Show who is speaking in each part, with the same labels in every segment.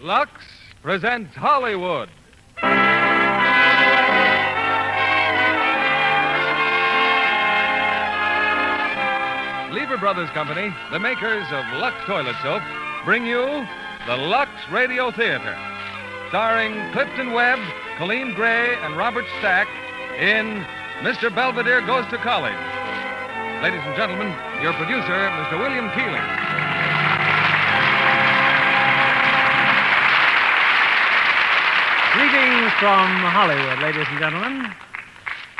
Speaker 1: Lux presents Hollywood. Lever Brothers Company, the makers of Lux Toilet Soap, bring you the Lux Radio Theater, starring Clifton Webb, Colleen Gray, and Robert Stack in Mr. Belvedere Goes to College. Ladies and gentlemen, your producer, Mr. William Keeling.
Speaker 2: Greetings from Hollywood, ladies and gentlemen.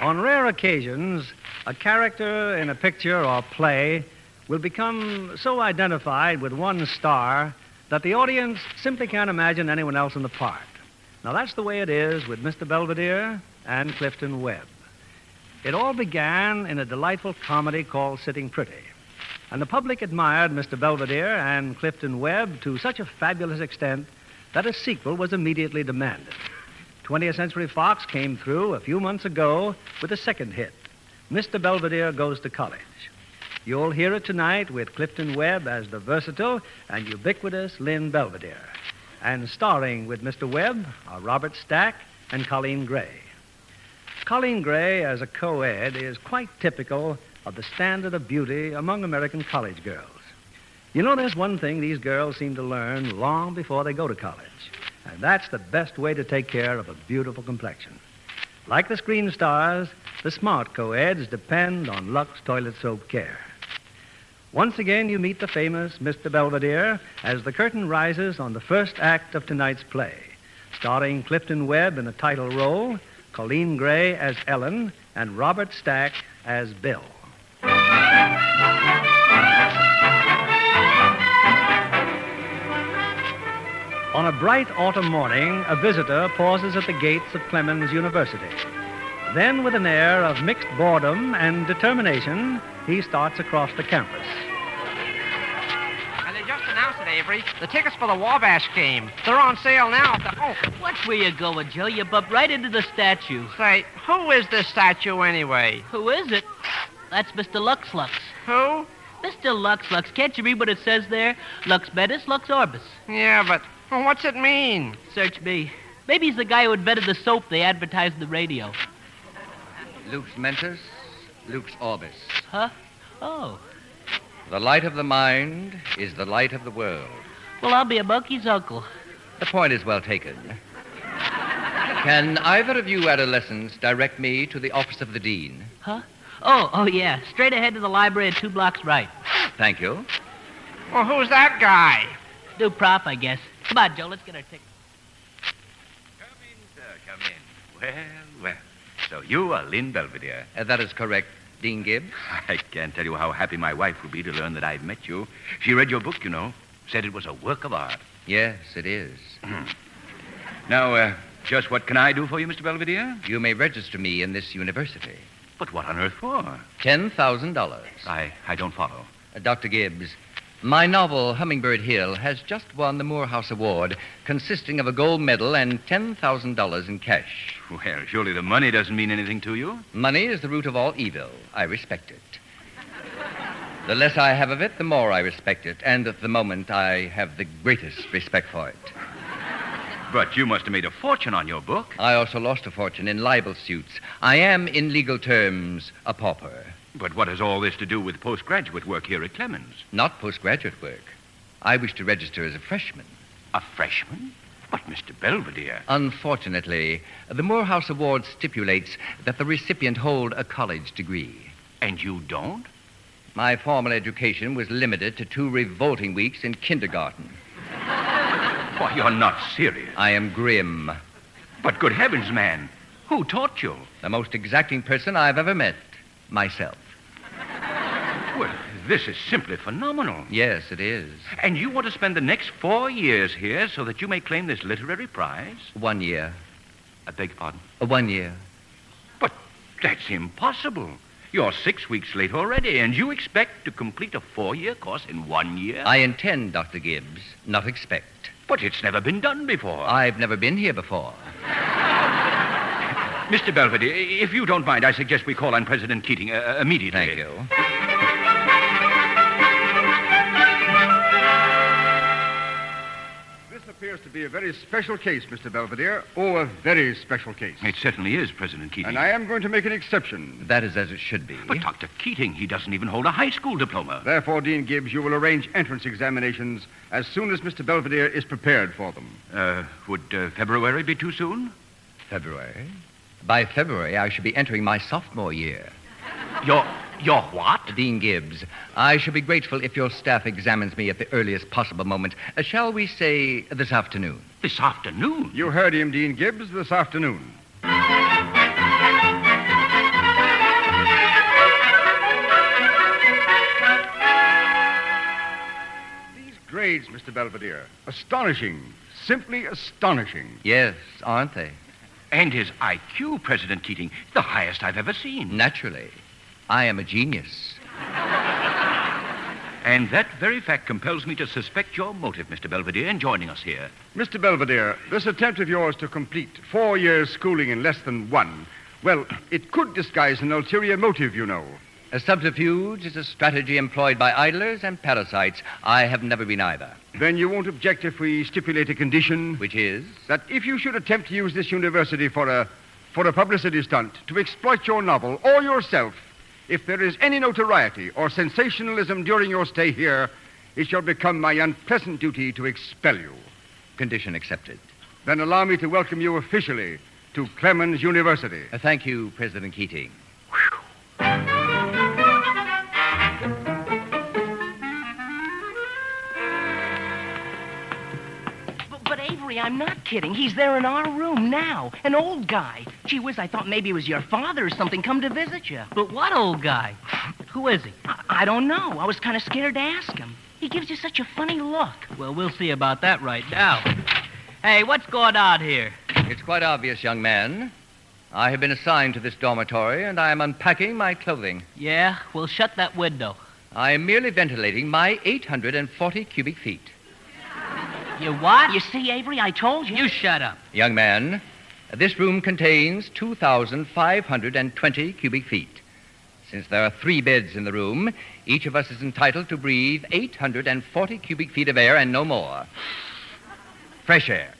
Speaker 2: On rare occasions, a character in a picture or play will become so identified with one star that the audience simply can't imagine anyone else in the part. Now, that's the way it is with Mr. Belvedere and Clifton Webb. It all began in a delightful comedy called Sitting Pretty. And the public admired Mr. Belvedere and Clifton Webb to such a fabulous extent that a sequel was immediately demanded. 20th Century Fox came through a few months ago with a second hit Mr. Belvedere Goes to College. You'll hear it tonight with Clifton Webb as the versatile and ubiquitous Lynn Belvedere, and starring with Mr. Webb are Robert Stack and Colleen Gray. Colleen Gray, as a co ed, is quite typical of the standard of beauty among American college girls. You know, there's one thing these girls seem to learn long before they go to college, and that's the best way to take care of a beautiful complexion. Like the screen stars, the smart co-eds depend on Lux Toilet Soap Care. Once again, you meet the famous Mr. Belvedere as the curtain rises on the first act of tonight's play, starring Clifton Webb in the title role, Colleen Gray as Ellen, and Robert Stack as Bill. On a bright autumn morning, a visitor pauses at the gates of Clemens University. Then, with an air of mixed boredom and determination, he starts across the campus.
Speaker 3: And they just announced it, Avery. The tickets for the Wabash game. They're on sale now. at the- Oh,
Speaker 4: Watch where you're going, Joe. You bump right into the statue.
Speaker 3: say, who is this statue anyway?
Speaker 4: Who is it? That's Mr. Lux Lux.
Speaker 3: Who?
Speaker 4: Mr. Lux Lux. Can't you read what it says there? Lux Metis, Lux Orbis.
Speaker 3: Yeah, but well, what's it mean?
Speaker 4: Search me. Maybe he's the guy who invented the soap they advertise in the radio.
Speaker 5: Lux mentis, lux orbis.
Speaker 4: Huh? Oh.
Speaker 5: The light of the mind is the light of the world.
Speaker 4: Well, I'll be a monkey's uncle.
Speaker 5: The point is well taken. Can either of you adolescents direct me to the office of the dean?
Speaker 4: Oh, oh, yeah. Straight ahead to the library and two blocks right.
Speaker 5: Thank you.
Speaker 3: Well, who's that guy?
Speaker 4: New prop, I guess. Come on, Joe. Let's get our ticket.
Speaker 6: Come in, sir, come in. Well, well. So you are Lynn Belvedere.
Speaker 5: Uh, that is correct, Dean Gibbs.
Speaker 6: I can't tell you how happy my wife will be to learn that I've met you. She read your book, you know. Said it was a work of art.
Speaker 5: Yes, it is.
Speaker 6: Now, uh, just what can I do for you, Mr. Belvedere?
Speaker 5: You may register me in this university.
Speaker 6: But what on earth for?
Speaker 5: $10,000.
Speaker 6: I, I don't follow.
Speaker 5: Uh, Dr. Gibbs, my novel, Hummingbird Hill, has just won the Morehouse Award, consisting of a gold medal and $10,000 in cash.
Speaker 6: Well, surely the money doesn't mean anything to you.
Speaker 5: Money is the root of all evil. I respect it. The less I have of it, the more I respect it. And at the moment, I have the greatest respect for it.
Speaker 6: But you must have made a fortune on your book.
Speaker 5: I also lost a fortune in libel suits. I am, in legal terms, a pauper,
Speaker 6: But what has all this to do with postgraduate work here at Clemens?
Speaker 5: not postgraduate work. I wish to register as a freshman.
Speaker 6: A freshman? But, Mr. Belvedere.
Speaker 5: Unfortunately, the Morehouse Award stipulates that the recipient hold a college degree.
Speaker 6: And you don't?
Speaker 5: My formal education was limited to two revolting weeks in kindergarten.
Speaker 6: Why, you're not serious.
Speaker 5: I am grim.
Speaker 6: But good heavens, man, who taught you?
Speaker 5: The most exacting person I've ever met. Myself.
Speaker 6: Well, this is simply phenomenal.
Speaker 5: Yes, it is.
Speaker 6: And you want to spend the next four years here so that you may claim this literary prize?
Speaker 5: One year.
Speaker 6: I beg your pardon?
Speaker 5: Uh, One year.
Speaker 6: That's impossible. You're six weeks late already, and you expect to complete a four year course in one year?
Speaker 5: I intend, Dr. Gibbs, not expect.
Speaker 6: But it's never been done before.
Speaker 5: I've never been here before.
Speaker 6: Mr. Belvedere, if you don't mind, I suggest we call on President Keating uh, immediately.
Speaker 5: Thank you.
Speaker 7: Mr. appears to be a very special case, Mr. Belvedere. Oh, a very special case.
Speaker 6: It certainly is, President Keating.
Speaker 7: And I am going to make an exception.
Speaker 5: That is as it should be.
Speaker 6: But Dr. Keating, he doesn't even hold a high school diploma.
Speaker 7: Therefore, Dean Gibbs, you will arrange entrance examinations as soon as Mr. Belvedere is prepared for them.
Speaker 6: Uh, would uh, February be too soon?
Speaker 5: February? By February, I should be entering my sophomore year.
Speaker 6: Your, your what?
Speaker 5: Dean Gibbs, I shall be grateful if your staff examines me at the earliest possible moment. Uh, shall we say uh, this afternoon?
Speaker 6: This afternoon?
Speaker 7: You heard him, Dean Gibbs, this afternoon. These grades, Mr. Belvedere, astonishing. Simply astonishing.
Speaker 5: Yes, aren't they?
Speaker 6: And his IQ, President Keating, the highest I've ever seen.
Speaker 5: Naturally. I am a genius.
Speaker 6: And that very fact compels me to suspect your motive, Mr. Belvedere, in joining us here.
Speaker 7: Mr. Belvedere, this attempt of yours to complete four years' schooling in less than one, well, it could disguise an ulterior motive, you know.
Speaker 5: A subterfuge is a strategy employed by idlers and parasites. I have never been either.
Speaker 7: Then you won't object if we stipulate a condition
Speaker 5: Which is?
Speaker 7: that if you should attempt to use this university for a for a publicity stunt to exploit your novel or yourself, if there is any notoriety or sensationalism during your stay here, it shall become my unpleasant duty to expel you.
Speaker 5: Condition accepted.
Speaker 7: Then allow me to welcome you officially to Clemens University.
Speaker 5: Uh, thank you, President Keating.
Speaker 4: But, but Avery, I'm not kidding. He's there in our room now. An old guy. Gee whiz, I thought maybe it was your father or something come to visit you.
Speaker 3: But what old guy?
Speaker 4: Who is he?
Speaker 3: I-
Speaker 4: I don't know. I was kind of scared to ask him. He gives you such a funny look.
Speaker 3: Well, we'll see about that right now. Hey, what's going on here?
Speaker 5: It's quite obvious, young man. I have been assigned to this dormitory, and I am unpacking my clothing.
Speaker 3: Yeah, we'll shut that window.
Speaker 5: I am merely ventilating my 840 cubic feet.
Speaker 3: You what?
Speaker 4: You see, Avery, I told you.
Speaker 3: you shut up.
Speaker 5: Young man, this room contains 2,520 cubic feet. Since there are three beds in the room, each of us is entitled to breathe 840 cubic feet of air and no more. Fresh air.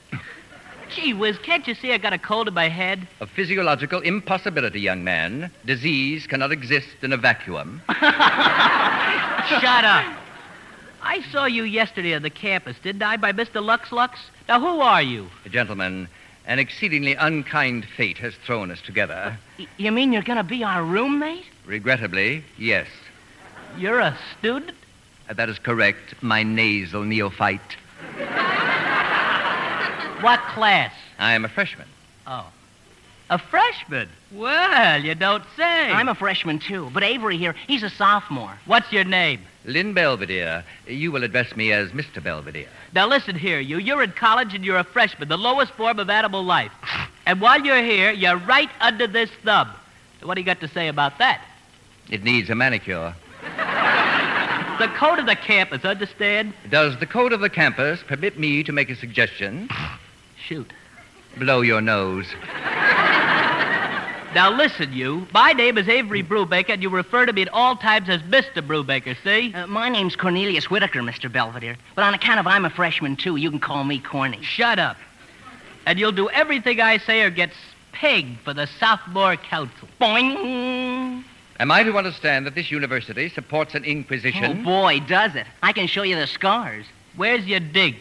Speaker 4: Gee whiz, can't you see I got a cold in my head?
Speaker 5: A physiological impossibility, young man. Disease cannot exist in a vacuum.
Speaker 4: Shut up. I saw you yesterday on the campus, didn't I, by Mr. Lux Lux? Now, who are you?
Speaker 5: Gentlemen, an exceedingly unkind fate has thrown us together.
Speaker 4: Y- you mean you're going to be our roommate?
Speaker 5: Regrettably, yes. Uh,
Speaker 4: You're a student?
Speaker 5: That is correct, my nasal neophyte.
Speaker 4: What class?
Speaker 5: I am a freshman.
Speaker 4: A freshman.
Speaker 3: Oh. Well, you don't say.
Speaker 4: I'm a freshman, too. But Avery here, he's a sophomore.
Speaker 3: What's your name?
Speaker 5: Lynn Belvedere. You will address me as Mr. Belvedere.
Speaker 3: Now listen here, you. You're in college and you're a freshman, the lowest form of animal life. And while you're here, you're right under this thumb. What do you got to say about that?
Speaker 5: It needs a manicure.
Speaker 3: The code of the campus, understand?
Speaker 5: Does the code of the campus permit me to make a suggestion?
Speaker 3: Shoot.
Speaker 5: Blow your nose.
Speaker 3: Now listen, you. My name is Avery Brubaker, and you refer to me at all times as Mr. Brubaker, see?
Speaker 4: Uh, my name's Cornelius Whitaker, Mr. Belvedere. But on account of I'm a freshman, too, you can call me Corny.
Speaker 3: Shut up. And you'll do everything I say or get pegged for the sophomore council.
Speaker 4: Boing!
Speaker 5: Am I to understand that this university supports an
Speaker 4: Oh,
Speaker 5: inquisition?
Speaker 4: boy, does it. I can show you the scars.
Speaker 3: Where's your dink?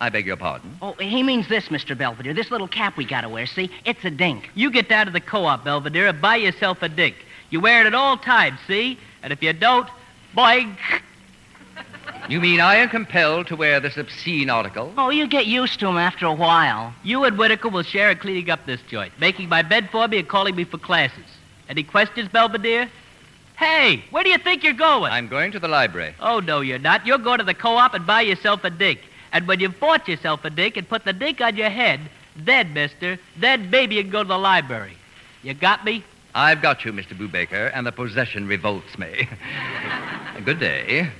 Speaker 5: I beg your pardon.
Speaker 4: Oh, he means this, Mr. Belvedere. This little cap we gotta wear, see? It's a dink.
Speaker 3: You get down to the co-op, Belvedere, and buy yourself a dink. You wear it at all times, see? And if you don't, boing.
Speaker 5: You mean I am compelled to wear this obscene article?
Speaker 4: Oh, you get used to him after a while.
Speaker 3: You and Whitaker will share in cleaning up this joint, making my bed for me and calling me for classes. Any questions, Belvedere? Hey, where do you think you're going?
Speaker 5: I'm going to the library.
Speaker 3: Oh, no, you're not. You're going to the co-op and buy yourself a dink. And when you've bought yourself a dink and put the dink on your head, then, mister, then maybe you can go to the library. You got me?
Speaker 5: I've got you, Mr. Brubaker, and the possession revolts me. Good day.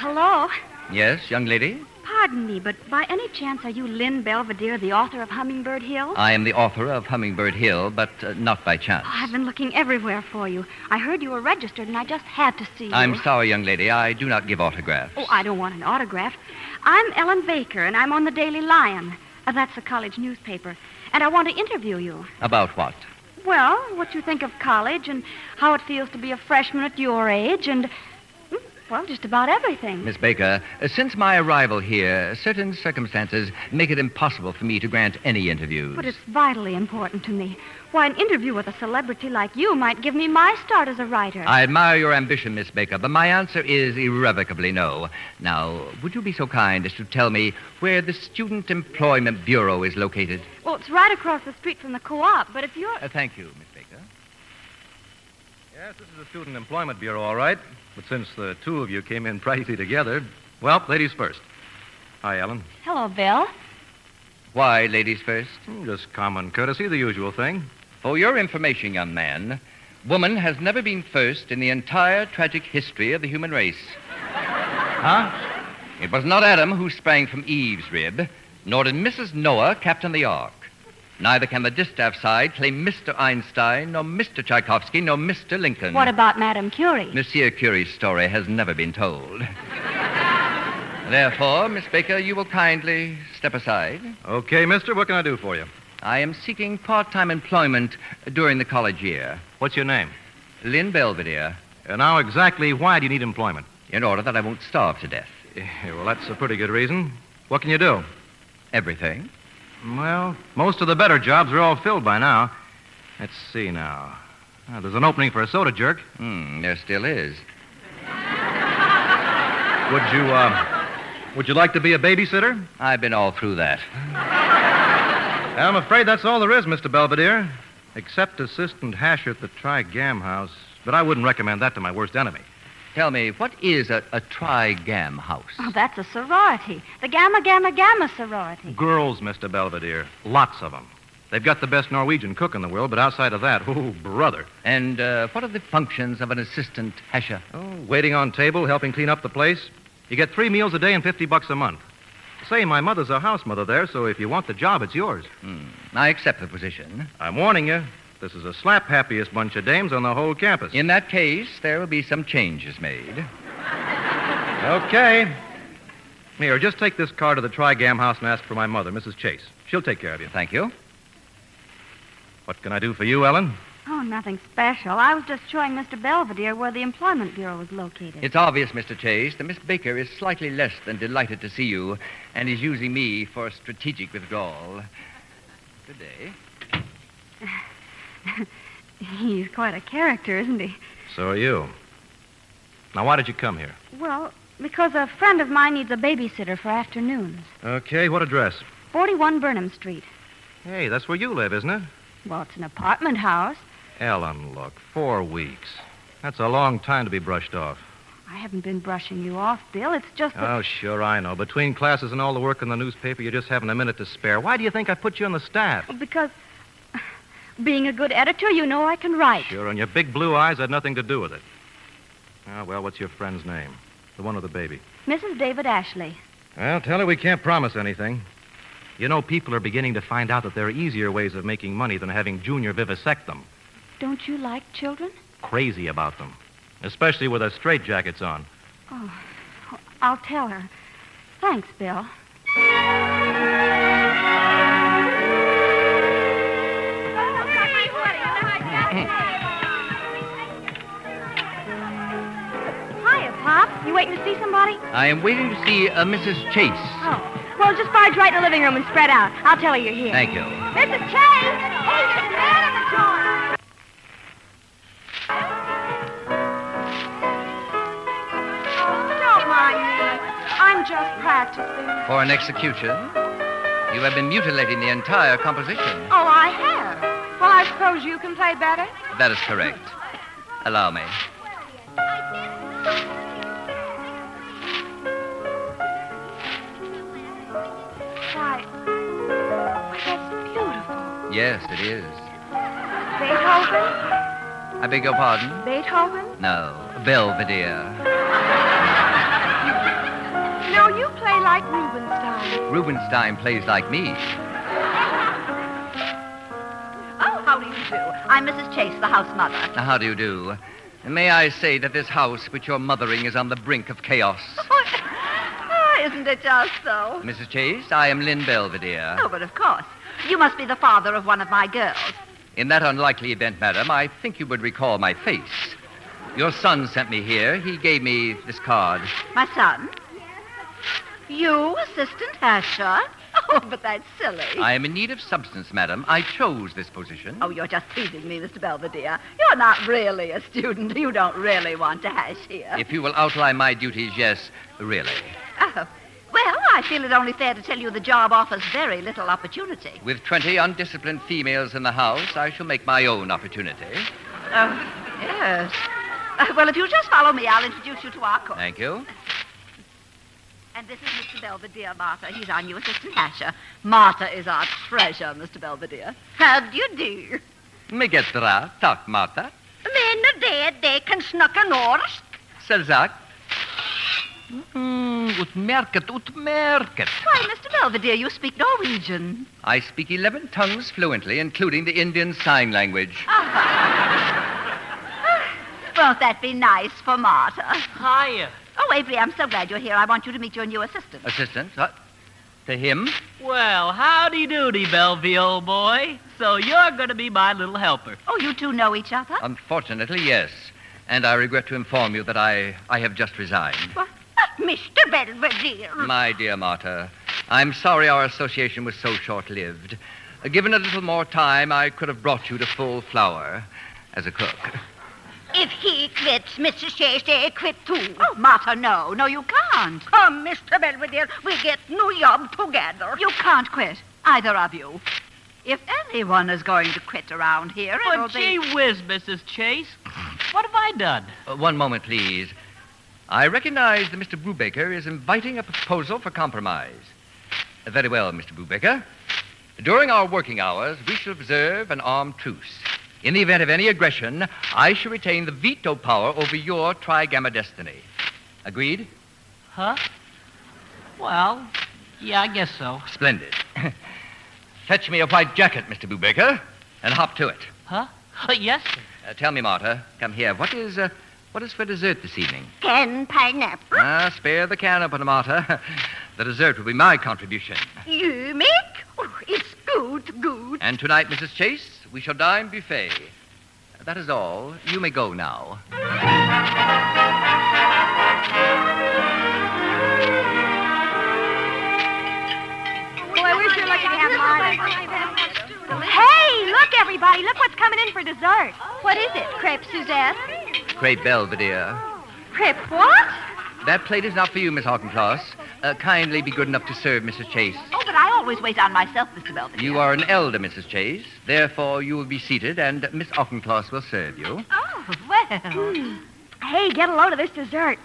Speaker 8: Hello?
Speaker 5: Yes, young lady?
Speaker 8: Pa,
Speaker 9: Pardon me, but by any chance are you Lynn Belvedere, the author of Hummingbird Hill?
Speaker 5: I am the author of Hummingbird Hill, but uh, not by chance.
Speaker 9: Oh, I've been looking everywhere for you. I heard you were registered, and I just had to see you.
Speaker 5: I'm sorry, young lady. I do not give autographs.
Speaker 9: Oh, I don't want an autograph. I'm Ellen Baker, and I'm on the Daily Lion. Uh, that's a college newspaper. And I want to interview you.
Speaker 5: About what?
Speaker 9: Well, what you think of college and how it feels to be a freshman at your age and, mm, well, just about everything.
Speaker 5: Miss Baker, uh, since my arrival here, certain circumstances make it impossible for me to grant any interviews.
Speaker 9: But it's vitally important to me. Why, an interview with a celebrity like you might give me my start as a writer.
Speaker 5: I admire your ambition, Miss Baker, but my answer is irrevocably no. Now, would you be so kind as to tell me where the Student Employment Bureau is located?
Speaker 9: Well, it's right across the street from the co-op, but if you're...
Speaker 5: Uh, thank you, Miss Baker.
Speaker 10: Yes, this is the Student Employment Bureau, all right. But since the two of you came in practically together, well, ladies first. Hi, Ellen.
Speaker 9: Hello, Bill.
Speaker 5: Why, ladies first?
Speaker 10: Hmm, Just common courtesy, the usual thing.
Speaker 5: For your information, young man, woman has never been first in the entire tragic history of the human race. huh? It was not Adam who sprang from Eve's rib, nor did Mrs. Noah captain the ark. Neither can the distaff side claim Mr. Einstein, nor Mr. Tchaikovsky, nor Mr. Lincoln.
Speaker 9: What about Madame Curie?
Speaker 5: Monsieur Curie's story has never been told. Therefore, Miss Baker, you will kindly step aside.
Speaker 10: Okay, mister, what can I do for you?
Speaker 5: I am seeking part time employment during the college year.
Speaker 10: What's your name?
Speaker 5: Lynn Belvedere,
Speaker 10: And now, exactly why do you need employment?
Speaker 5: in order that I won't starve to death.
Speaker 10: Eh, Well, that's a pretty good reason. What can you do?
Speaker 5: Everything.
Speaker 10: Well, most of the better jobs are all filled by now. Let's see now. Ah, there's an opening for a soda jerk.
Speaker 5: Hmm, there still is.
Speaker 10: Would you, uh, would you like to be a babysitter?
Speaker 5: I've been all through that.
Speaker 10: I'm afraid that's all there is, Mr. Belvedere, except assistant hasher at the Tri-Gam House. But I wouldn't recommend that to my worst enemy.
Speaker 5: Tell me, what is a, a tri-gam house?
Speaker 9: Oh, that's a sorority. The Gamma Gamma Gamma sorority.
Speaker 10: Girls, Mr. Belvedere, lots of them. They've got the best Norwegian cook in the world, but outside of that, oh, brother.
Speaker 5: And uh, what are the functions of an assistant hasher?
Speaker 10: Oh, waiting on table, helping clean up the place. You get three meals a day and 50 bucks a month. Say, my mother's a house mother there, so if you want the job, it's yours.
Speaker 5: Hmm, I accept the position.
Speaker 10: I'm warning you, this is the slap happiest bunch of dames on the whole campus.
Speaker 5: In that case, there will be some changes made.
Speaker 10: Okay. Here, just take this car to the Trigam house and ask for my mother, Mrs. Chase. She'll take care of you.
Speaker 5: Thank you.
Speaker 10: What can I do for you, Ellen?
Speaker 9: Oh, nothing special. I was just showing Mr. Belvedere where the Employment Bureau was located.
Speaker 5: It's obvious, Mr. Chase, that Miss Baker is slightly less than delighted to see you and is using me for strategic withdrawal. Good day.
Speaker 9: He's quite a character, isn't he?
Speaker 10: So are you. Now, why did you come here?
Speaker 9: Well, because a friend of mine needs a babysitter for afternoons.
Speaker 10: Okay, what address?
Speaker 9: 41 Burnham Street.
Speaker 10: Hey, that's where you live, isn't it?
Speaker 9: Well, it's an apartment house.
Speaker 10: Ellen, look, four weeks. That's a long time to be brushed off.
Speaker 9: I haven't been brushing you off, Bill. It's just that...
Speaker 10: Oh, sure, I know. Between classes and all the work in the newspaper, you just haven't a minute to spare. Why do you think I put you on the staff?
Speaker 9: Because being a good editor, you know I can write.
Speaker 10: Sure, and your big blue eyes had nothing to do with it. Ah, well, what's your friend's name? The one with the baby.
Speaker 9: Mrs. David Ashley.
Speaker 10: Well, tell her we can't promise anything. You know, people are beginning to find out that there are easier ways of making money than having Junior vivisect them.
Speaker 9: Don't you like children?
Speaker 10: Crazy about them. Especially with their straitjackets on.
Speaker 9: I'll tell her. Thanks, Bill. Hiya, Pop. You waiting to see somebody?
Speaker 5: I am waiting to see a Mrs. Chase.
Speaker 9: Oh. Well, just barge right in the living room and spread out. I'll tell her you're here.
Speaker 5: Thank you.
Speaker 9: Mrs. Chase! He's the man of the door! Oh, don't mind me. I'm just practicing.
Speaker 5: For an execution, you have been mutilating the entire composition.
Speaker 9: Oh, I have. Well, I suppose you can play better?
Speaker 5: That is correct. Allow me.
Speaker 9: Why, why, that's beautiful.
Speaker 5: Yes, it is.
Speaker 9: Beethoven?
Speaker 5: I beg your pardon?
Speaker 9: Beethoven?
Speaker 5: No, Belvedere.
Speaker 9: No, you play play like Rubenstein.
Speaker 5: Rubenstein plays like me.
Speaker 8: Oh, how do you do? I'm Mrs. Chase, the house mother.
Speaker 5: Now, how do you do? May I say that this house which you're mothering is on the brink of chaos?
Speaker 8: Ah, Oh, isn't it just so?
Speaker 5: Mrs. Chase, I am Lynn Belvedere.
Speaker 8: Oh, but of course. You must be the father of one of my girls.
Speaker 5: In that unlikely event, madam, I think you would recall my face. Your son sent me here. He gave me this card.
Speaker 8: My son? You, Assistant Asher? Oh, but that's silly.
Speaker 5: I am in need of substance, madam. I chose this position.
Speaker 8: Oh, you're just teasing me, Mr. Belvedere. You're not really a student. You don't really want to hash here.
Speaker 5: If you will outline my duties, yes, really.
Speaker 8: Oh. Well, I feel it only fair to tell you the job offers very little opportunity.
Speaker 5: With 20 undisciplined females in the house, I shall make my own opportunity.
Speaker 8: Oh, yes. Uh, well, if you just follow me, I'll introduce you to our cook.
Speaker 5: Thank you.
Speaker 8: And this is Mr. Belvedere, Martha. He's our new assistant Asher. Martha is our treasure, Mr. Belvedere. How do you do?
Speaker 5: Megetra, tak, Martha.
Speaker 9: Men är det, de kan snacka norsk.
Speaker 5: Selzak. Mm, utmerket, utmerket.
Speaker 8: Why, Mr. Belvedere, you speak Norwegian.
Speaker 5: I speak 11 tongues fluently, including the Indian Sign Language.
Speaker 8: Won't that be nice for Martha?
Speaker 3: Hiya.
Speaker 8: Oh, Avery, I'm so glad you're here. I want you to meet your new assistant.
Speaker 5: Assistant, uh, to him,
Speaker 3: Well, howdy doody, Bellevue, old boy. So you're going to be my little helper.
Speaker 8: Oh, you two know each other?
Speaker 5: unfortunately, yes. And I regret to inform you that I, I have just resigned.
Speaker 9: Mr. Belvedere.
Speaker 5: My dear Marta, I'm sorry our association was so short lived. Given a little more time, I could have brought you to full flower as a cook.
Speaker 9: If he quits, Mrs. Chase, they quit too.
Speaker 8: Oh, Martha, no. No, you can't.
Speaker 9: Come, Mr. Belvedere, we get new job together.
Speaker 8: You can't quit, either of you. If anyone is going to quit around here, it'll
Speaker 3: But gee
Speaker 8: be...
Speaker 3: whiz, Mrs. Chase. What have I done?
Speaker 5: Uh, one moment, please. I recognize that Mr. Brubaker is inviting a proposal for compromise. Uh, Very well, Mr. Brubaker. During our working hours, we shall observe an armed truce. In the event of any aggression, I shall retain the veto power over your trigamma destiny. Agreed?
Speaker 3: Huh? Well, yeah, I guess so.
Speaker 5: Splendid. Fetch me a white jacket, Mr. Brubaker, and hop to it.
Speaker 3: Huh? yes, sir.
Speaker 5: Uh, tell me, Marta, come here. What is uh, what is for dessert this evening?
Speaker 9: Can pineapple?
Speaker 5: Ah, spare the can opener, Marta. the dessert will be my contribution.
Speaker 9: You make? Oh, it's good, good.
Speaker 5: And tonight, Mrs. Chase, we shall dine buffet. That is all. You may go now.
Speaker 9: Oh, I wish you
Speaker 8: lucky to have mine.
Speaker 9: Hey, look, everybody. Look what's coming in for dessert. What is it? Crepe Suzette?
Speaker 5: Crepe Belvedere.
Speaker 9: Crepe what?
Speaker 8: Oh,
Speaker 5: That plate is not for you, Miss Hockenklaus. Uh, kindly be good enough to serve Mrs. Chase.
Speaker 8: Oh, but I always wait on myself, Mr. Belvedere.
Speaker 5: You are an elder, Mrs. Chase. Therefore, you will be seated, and Miss Auchincloss will serve you.
Speaker 8: Oh, well.
Speaker 9: Hmm. Hey, get a load of this dessert.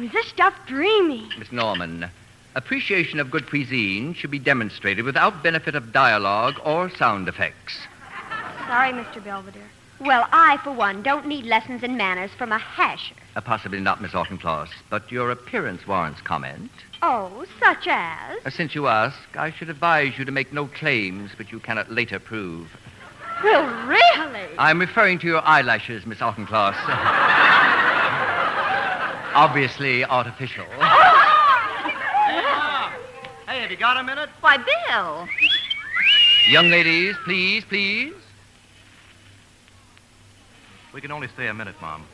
Speaker 9: Is this stuff dreamy?
Speaker 5: Miss Norman, appreciation of good cuisine should be demonstrated without benefit of dialogue or sound effects.
Speaker 9: Sorry, Mr. Belvedere. Well, I, for one, don't need lessons in manners from a hasher.
Speaker 5: Uh, possibly not, Miss Auchincloss, but your appearance warrants comment.
Speaker 9: Oh, such as?
Speaker 5: Uh, since you ask, I should advise you to make no claims which you cannot later prove.
Speaker 9: Well, really?
Speaker 5: I'm referring to your eyelashes, Miss Auchincloss. Obviously artificial.
Speaker 2: Hey, have you got a minute?
Speaker 8: Why, Bill.
Speaker 5: Young ladies, please, please.
Speaker 10: We can only stay a minute, Mom.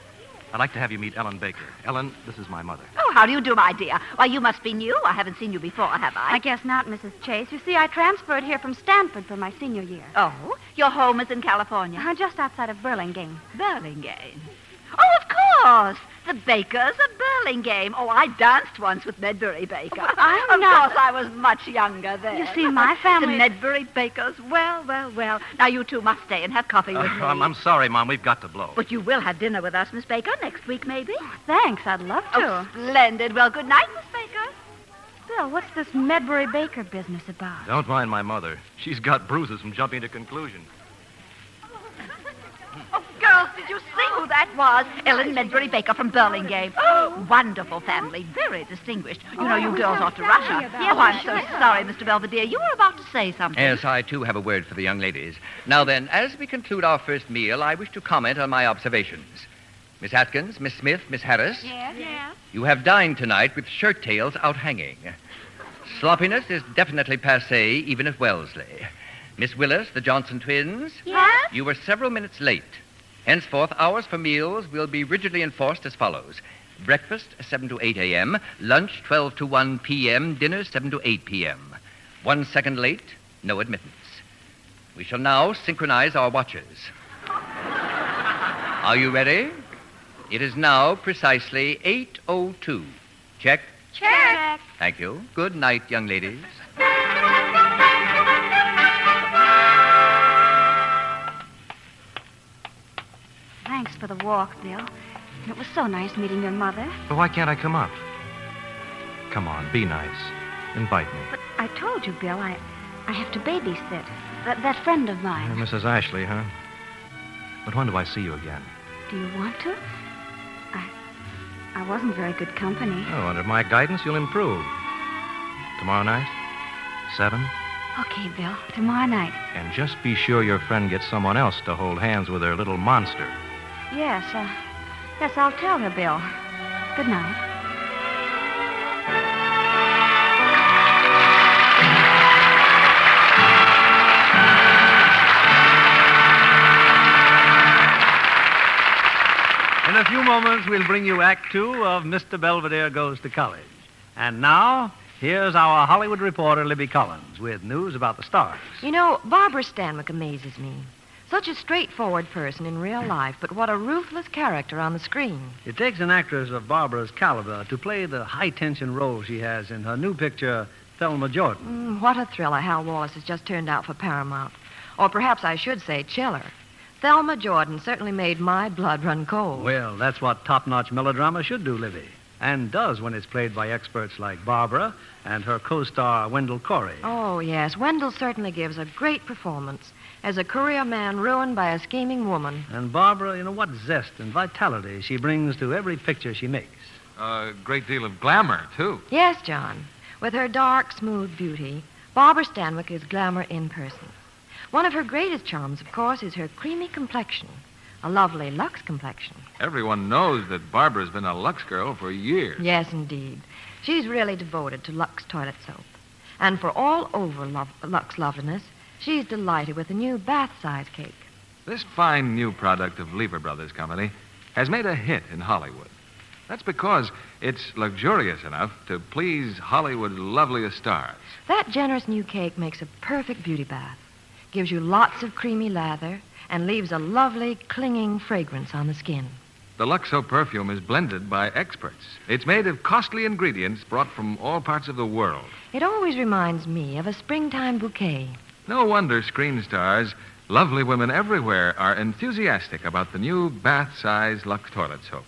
Speaker 10: I'd like to have you meet Ellen Baker. Ellen, this is my mother.
Speaker 8: Oh, how do you do, my dear? Why, you must be new. I haven't seen you before, have I?
Speaker 9: I guess not, Mrs. Chase. You see, I transferred here from Stanford for my senior year.
Speaker 8: Oh, your home is in California.
Speaker 9: Uh, just outside of Burlingame.
Speaker 8: Burlingame. Oh, of course. The Bakers of Burlingame. Oh, I danced once with Medbury Baker.
Speaker 9: I'm
Speaker 8: of
Speaker 9: not-
Speaker 8: course, I was much younger then.
Speaker 9: You see, my family-
Speaker 8: The Medbury Bakers. Well, well, well. Now, you two must stay and have coffee with me.
Speaker 10: I'm, I'm sorry, Mom. We've got to blow.
Speaker 8: But you will have dinner with us, Miss Baker, next week, maybe.
Speaker 9: Thanks, I'd love
Speaker 8: Oh, splendid. Well, good night, Miss Baker.
Speaker 9: Bill, what's this Medbury Baker business about?
Speaker 10: Don't mind my mother. She's got bruises from jumping to conclusions.
Speaker 8: Oh, girls, did you you see who that was? Oh. Ellen Medbury Baker from Burlingame. Wonderful family, very distinguished. You know,
Speaker 9: Oh,
Speaker 8: you
Speaker 9: we
Speaker 8: girls
Speaker 9: feel
Speaker 8: off to
Speaker 9: sorry
Speaker 8: Russia.
Speaker 9: about
Speaker 8: Oh, I'm
Speaker 9: you.
Speaker 8: so sorry, Mr. Belvedere. You were about to say something.
Speaker 5: Yes, I too have a word for the young ladies. Now then, as we conclude our first meal, I wish to comment on my observations. Miss Atkins, Miss Smith, Miss Harris,
Speaker 9: Yes? Yes.
Speaker 5: you have dined tonight with shirt tails out hanging. Sloppiness is definitely passe, even at Wellesley. Miss Willis, the Johnson twins,
Speaker 9: Yes?
Speaker 5: you were several minutes late. Henceforth, hours for meals will be rigidly enforced as follows. Breakfast, 7 to 8 a.m., lunch, 12 to 1 p.m., dinner, 7 to 8 p.m. One second late, no admittance. We shall now synchronize our watches. Are you ready? It is now precisely 8.02. Check.
Speaker 9: Check.
Speaker 5: Thank you. Good night, young ladies.
Speaker 9: Thanks for the walk, Bill. And it was so nice meeting your mother.
Speaker 10: But why can't I come up? Come on, be nice. Invite me.
Speaker 9: But I told you, Bill, I, I have to babysit. That, that friend of
Speaker 10: Uh,
Speaker 9: mine.
Speaker 10: Mrs. Ashley, huh? But when do I see you again?
Speaker 9: Do you want to? I, I wasn't very good company.
Speaker 10: Oh, under my guidance, you'll improve. Tomorrow night? Seven?
Speaker 9: Okay, Bill. Tomorrow night.
Speaker 10: And just be sure your friend gets someone else to hold hands with her little monster.
Speaker 9: Yes, uh, yes, I'll tell her, Bill. Good night.
Speaker 2: In a few moments, we'll bring you Act Two of Mr. Belvedere Goes to College. And now, here's our Hollywood reporter, Libby Collins, with news about the stars.
Speaker 11: You know, Barbara Stanwyck amazes me. Such a straightforward person in real life, but what a ruthless character on the screen.
Speaker 2: It takes an actress of Barbara's caliber to play the high tension role she has in her new picture, Thelma Jordan.
Speaker 11: Mm, what a thriller Hal Wallace has just turned out for Paramount. Or perhaps I should say Chiller. Thelma Jordan certainly made my blood run cold.
Speaker 2: Well, that's what top notch melodrama should do, Libby, and does when it's played by experts like Barbara and her co star, Wendell Corey.
Speaker 11: Oh, yes, Wendell certainly gives a great performance as a career man ruined by a scheming woman.
Speaker 2: And Barbara, you know, what zest and vitality she brings to every picture she makes.
Speaker 12: A great deal of glamour, too.
Speaker 11: Yes, John. With her dark, smooth beauty, Barbara Stanwyck is glamour in person. One of her greatest charms, of course, is her creamy complexion, a lovely Lux complexion.
Speaker 12: Everyone knows that Barbara's been a Lux girl for years.
Speaker 11: Yes, indeed. She's really devoted to Lux toilet soap. And for all over lov Lux loveliness, she's delighted with a new bath size cake.
Speaker 12: This fine new product of Lever Brothers Company has made a hit in Hollywood. That's because it's luxurious enough to please Hollywood's loveliest stars.
Speaker 11: That generous new cake makes a perfect beauty bath, gives you lots of creamy lather, and leaves a lovely, clinging fragrance on the skin.
Speaker 12: The Luxo perfume is blended by experts. It's made of costly ingredients brought from all parts of the world.
Speaker 11: It always reminds me of a springtime bouquet.
Speaker 12: No wonder screen stars, lovely women everywhere, are enthusiastic about the new bath size Lux toilet soap.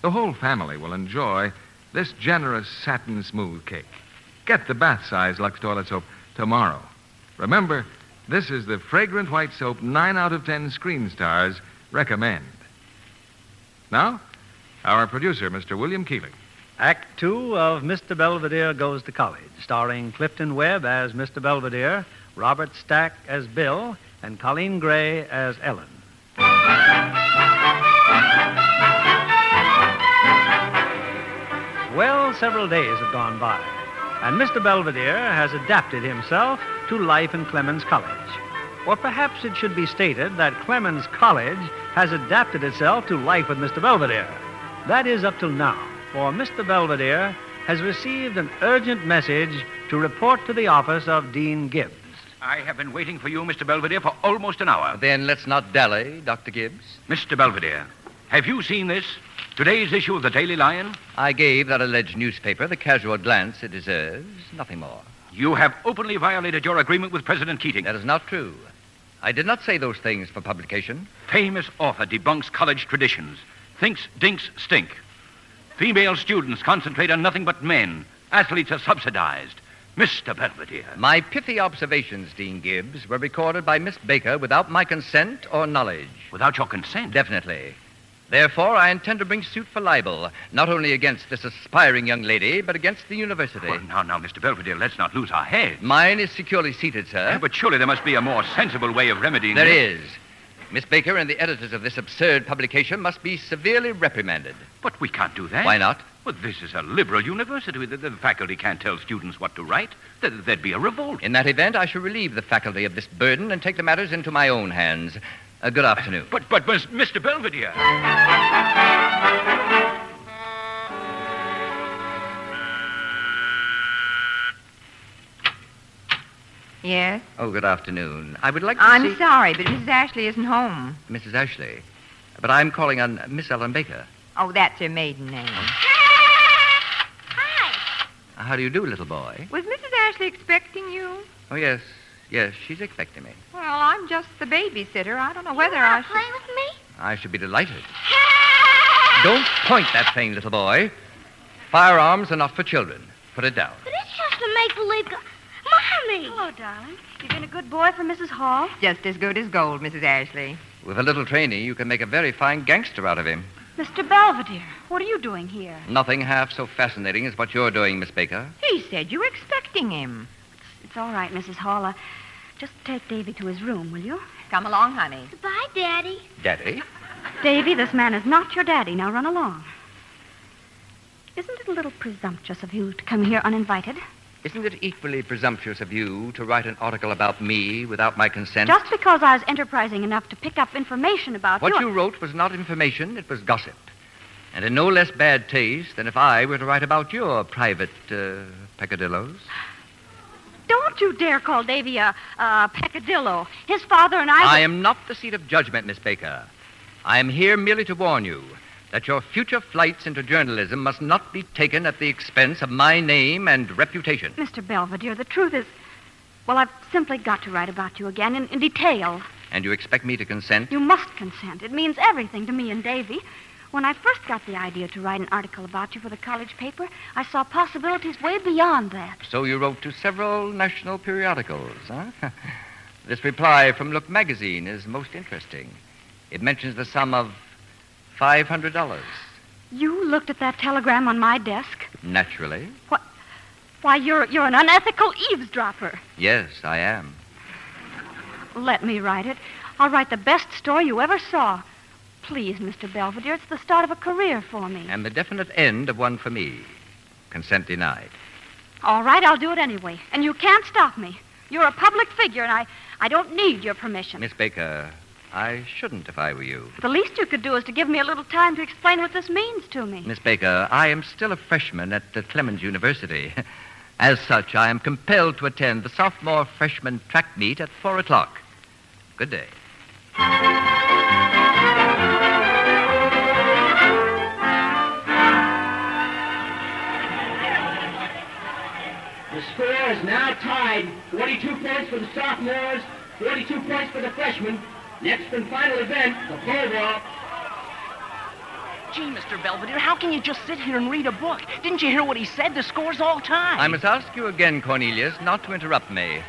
Speaker 12: The whole family will enjoy this generous satin smooth cake. Get the bath size Lux toilet soap tomorrow. Remember, this is the fragrant white soap nine out of ten screen stars recommend. Now, our producer, Mr. William Keeling.
Speaker 2: Act two of Mr. Belvedere Goes to College, starring Clifton Webb as Mr. Belvedere, Robert Stack as Bill, and Colleen Gray as Ellen. Well, several days have gone by, and Mr. Belvedere has adapted himself to life in Clemens College. Or perhaps it should be stated that Clemens College has adapted itself to life with Mr. Belvedere. That is up till now, for Mr. Belvedere has received an urgent message to report to the office of Dean Gibbs.
Speaker 6: I have been waiting for you, Mr. Belvedere, for almost an hour.
Speaker 5: Then let's not dally, Dr. Gibbs.
Speaker 6: Mr. Belvedere, have you seen this? Today's issue of the Daily Lion?
Speaker 5: I gave that alleged newspaper the casual glance it deserves, nothing more.
Speaker 6: You have openly violated your agreement with President Keating.
Speaker 5: That is not true. I did not say those things for publication.
Speaker 6: Famous author debunks college traditions. Thinks dinks stink. Female students concentrate on nothing but men. Athletes are subsidized.
Speaker 5: Mr. Belvedere. My pithy observations, Dean Gibbs, were recorded by Miss Baker without my consent or knowledge. Without your consent? Definitely. Therefore, I intend to bring suit for libel, not only against this aspiring young lady, but against the university. Well, now, now, Mr. Belvedere, let's not lose our heads. Mine is securely seated, sir.
Speaker 6: Yeah, but surely there must be a more sensible way of remedying
Speaker 5: There
Speaker 6: this.
Speaker 5: is. Miss Baker and the editors of this absurd publication must be severely reprimanded. But we can't do that. Why not?
Speaker 6: Well, this is a liberal university. The, the faculty can't tell students what to write. There, there'd be a revolt.
Speaker 5: In that event, I shall relieve the faculty of this burden and take the matters into my own hands. Uh, good afternoon. But, but, Mr. Belvedere.
Speaker 13: Yes?
Speaker 5: Oh, good afternoon. I would like to
Speaker 13: I'm
Speaker 5: see
Speaker 13: sorry, but Mrs. Ashley isn't home.
Speaker 5: Mrs. Ashley, but I'm calling on Miss Ellen Baker.
Speaker 13: Oh, that's her maiden name.
Speaker 5: How do you do, little boy?
Speaker 13: Was Mrs. Ashley expecting you?
Speaker 5: Oh, yes, yes, she's expecting me.
Speaker 13: Well, I'm just the babysitter. I don't know whether I should. play with me?
Speaker 5: I should be delighted. Don't point that thing, little boy. Firearms are not for children. Put it down.
Speaker 9: But it's just a make-believe... Go- Mommy! Hello, darling. You've been a good boy for Mrs. Hall?
Speaker 13: Just as good as gold, Mrs. Ashley.
Speaker 5: With a little training, you can make a very fine gangster out of him.
Speaker 9: Mr. Belvedere, what are you doing here?
Speaker 5: Nothing half so fascinating as what you're doing, Miss Baker.
Speaker 13: He said you were expecting him.
Speaker 9: It's all right, Mrs. Hall. Uh, just take Davy to his room, will you?
Speaker 13: Come along, honey.
Speaker 9: Goodbye, Daddy.
Speaker 5: Daddy?
Speaker 9: Davy, this man is not your daddy. Now run along. Isn't it a little presumptuous of you to come here uninvited?
Speaker 5: Isn't it equally presumptuous of you to write an article about me without my consent?
Speaker 9: Just because I was enterprising enough to pick up information about
Speaker 5: What
Speaker 9: you.
Speaker 5: you wrote was not information, it was gossip. And in no less bad taste than if I were to write about your private uh, peccadillos.
Speaker 9: Don't you dare call Davy a, a peccadillo. His father and I.
Speaker 5: I am not the seat of judgment, Miss Baker. I am here merely to warn you that your future flights into journalism must not be taken at the expense of my name and reputation.
Speaker 9: Mr. Belvedere, the truth is. Well, I've simply got to write about you again in, in detail.
Speaker 5: And you expect me to consent?
Speaker 9: You must consent. It means everything to me and Davy. When I first got the idea to write an article about you for the college paper, I saw possibilities way beyond that.
Speaker 5: So you wrote to several national periodicals, huh? this reply from Look Magazine is most interesting. It mentions the sum of $500.
Speaker 9: You looked at that telegram on my desk.
Speaker 5: Naturally.
Speaker 9: Why, you're, you're an unethical eavesdropper.
Speaker 5: Yes, I am.
Speaker 9: Let me write it. I'll write the best story you ever saw. Please, Mr. Belvedere, it's the start of a career for me.
Speaker 5: And the definite end of one for me. Consent denied.
Speaker 9: All right, I'll do it anyway. And you can't stop me. You're a public figure, and I, I don't need your permission.
Speaker 5: Miss Baker, I shouldn't if I were you.
Speaker 9: The least you could do is to give me a little time to explain what this means to me.
Speaker 5: Miss Baker, I am still a freshman at uh, Clemens University. As such, I am compelled to attend the sophomore freshman track meet at 4 o'clock. Good day.
Speaker 14: The score is now tied. 42 points for the sophomores, 42 points for the freshmen. Next and final event, the pole vault.
Speaker 4: Gee, Mr. Belvedere, how can you just sit here and read a book? Didn't you hear what he said? The score's all tied.
Speaker 5: I must ask you again, Cornelius, not to interrupt me.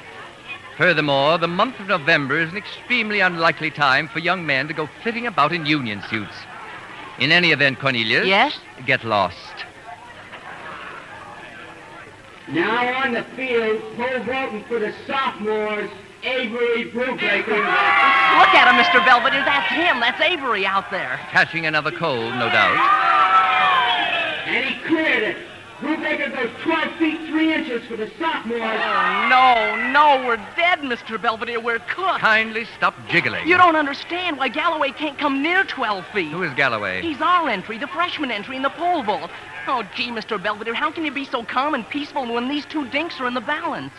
Speaker 5: Furthermore, the month of November is an extremely unlikely time for young men to go flitting about in union suits. In any event, Cornelius. Yes? Get lost.
Speaker 14: Now on the field, pole vaulting for the sophomores, Avery Brubaker.
Speaker 4: Look at him, Mr. Belvedere. That's him. That's Avery out there.
Speaker 5: Catching another cold, no doubt.
Speaker 14: And he cleared it. Brubaker goes 12 feet 3 inches for the sophomores.
Speaker 4: Oh, No, no, we're dead, Mr. Belvedere. We're cooked.
Speaker 5: Kindly stop jiggling.
Speaker 4: You don't understand why Galloway can't come near 12 feet.
Speaker 5: Who is Galloway?
Speaker 4: He's our entry, the freshman entry in the pole vault. Oh, gee, Mr. Belvedere, how can you be so calm and peaceful when these two dinks are in the balance?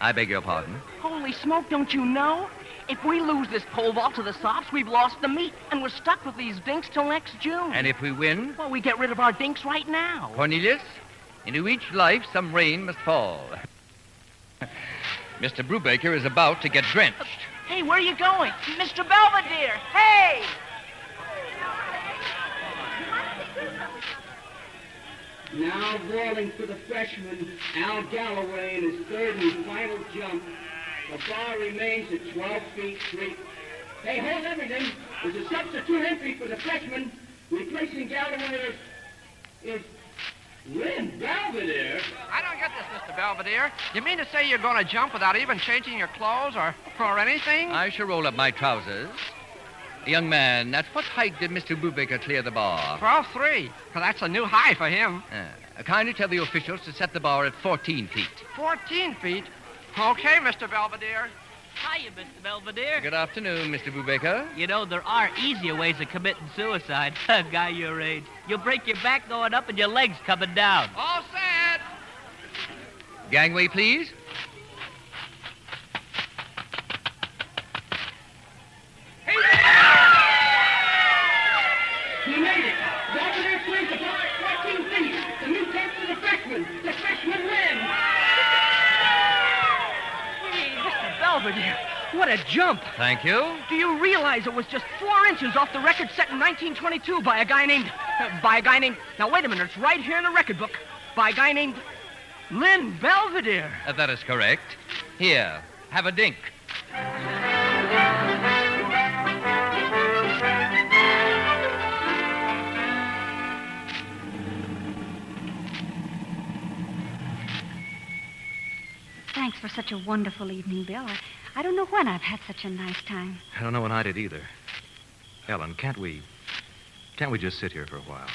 Speaker 5: I beg your pardon.
Speaker 4: Holy smoke, don't you know? If we lose this pole vault to the Sops, we've lost the meet, and we're stuck with these dinks till next June.
Speaker 5: And if we win,
Speaker 4: Well, we get rid of our dinks right now.
Speaker 5: Cornelius, into each life some rain must fall. Mr. Brubaker is about to get drenched.
Speaker 4: Hey, where are you going? Mr. Belvedere, hey!
Speaker 14: Now bowling for the freshman, Al Galloway, in his third and final jump. The bar remains at 12 feet 3. They hold everything. There's a substitute entry for the freshman. Replacing Galloway is, is Lynn Belvedere.
Speaker 15: I don't get this, Mr. Belvedere. You mean to say you're going to jump without even changing your clothes or, or anything?
Speaker 5: I shall roll up my trousers. Young man, at what height did Mr. Brubaker clear the bar?
Speaker 15: 12 3. That's a new high for him.
Speaker 5: Uh, kindly tell the officials to set the bar at 14 feet.
Speaker 15: 14 feet? Okay, Mr. Belvedere.
Speaker 3: Hiya, Mr. Belvedere.
Speaker 5: Good afternoon, Mr. Brubaker.
Speaker 3: You know, there are easier ways of committing suicide, a guy your age. You'll break your back going up and your legs coming down.
Speaker 15: All set.
Speaker 5: Gangway, please.
Speaker 14: He made it. Belvedere swings the bar at 14 feet. The new turf for the freshman. The freshman wins.
Speaker 4: Mr. Belvedere, what a jump.
Speaker 5: Thank you.
Speaker 4: Do you realize it was just four inches off the record set in 1922 by a guy named. uh, by a guy named. Now, wait a minute. It's right here in the record book. By a guy named. Lynn Belvedere.
Speaker 5: Uh, that is correct. Here, have a dink.
Speaker 9: Thanks for such a wonderful evening, Bill. I, I don't know when I've had such a nice time.
Speaker 10: I don't know when I did either. Ellen, can't we. Can't we just sit here for a while?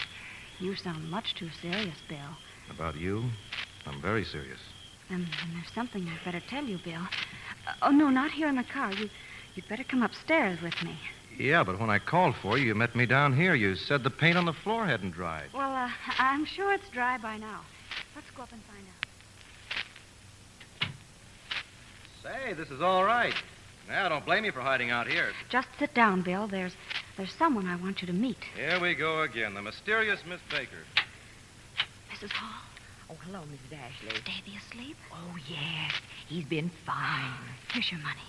Speaker 9: You sound much too serious, Bill.
Speaker 10: About you? I'm very serious.
Speaker 9: Um, and there's something I'd better tell you, Bill. Uh, oh, no, not here in the car. You, you'd better come upstairs with me.
Speaker 10: Yeah, but when I called for you, you met me down here. You said the paint on the floor hadn't dried.
Speaker 9: Well, uh, I'm sure it's dry by now. Let's go up and find out.
Speaker 10: Say, this is all right. Now, don't blame me for hiding out here.
Speaker 9: Just sit down, Bill. There's, there's someone I want you to meet.
Speaker 10: Here we go again. The mysterious Miss Baker.
Speaker 9: Mrs. Hall.
Speaker 16: Oh, hello, Mrs. Ashley.
Speaker 9: Is Davy asleep?
Speaker 16: Oh, yes. He's been fine.
Speaker 9: Here's your money.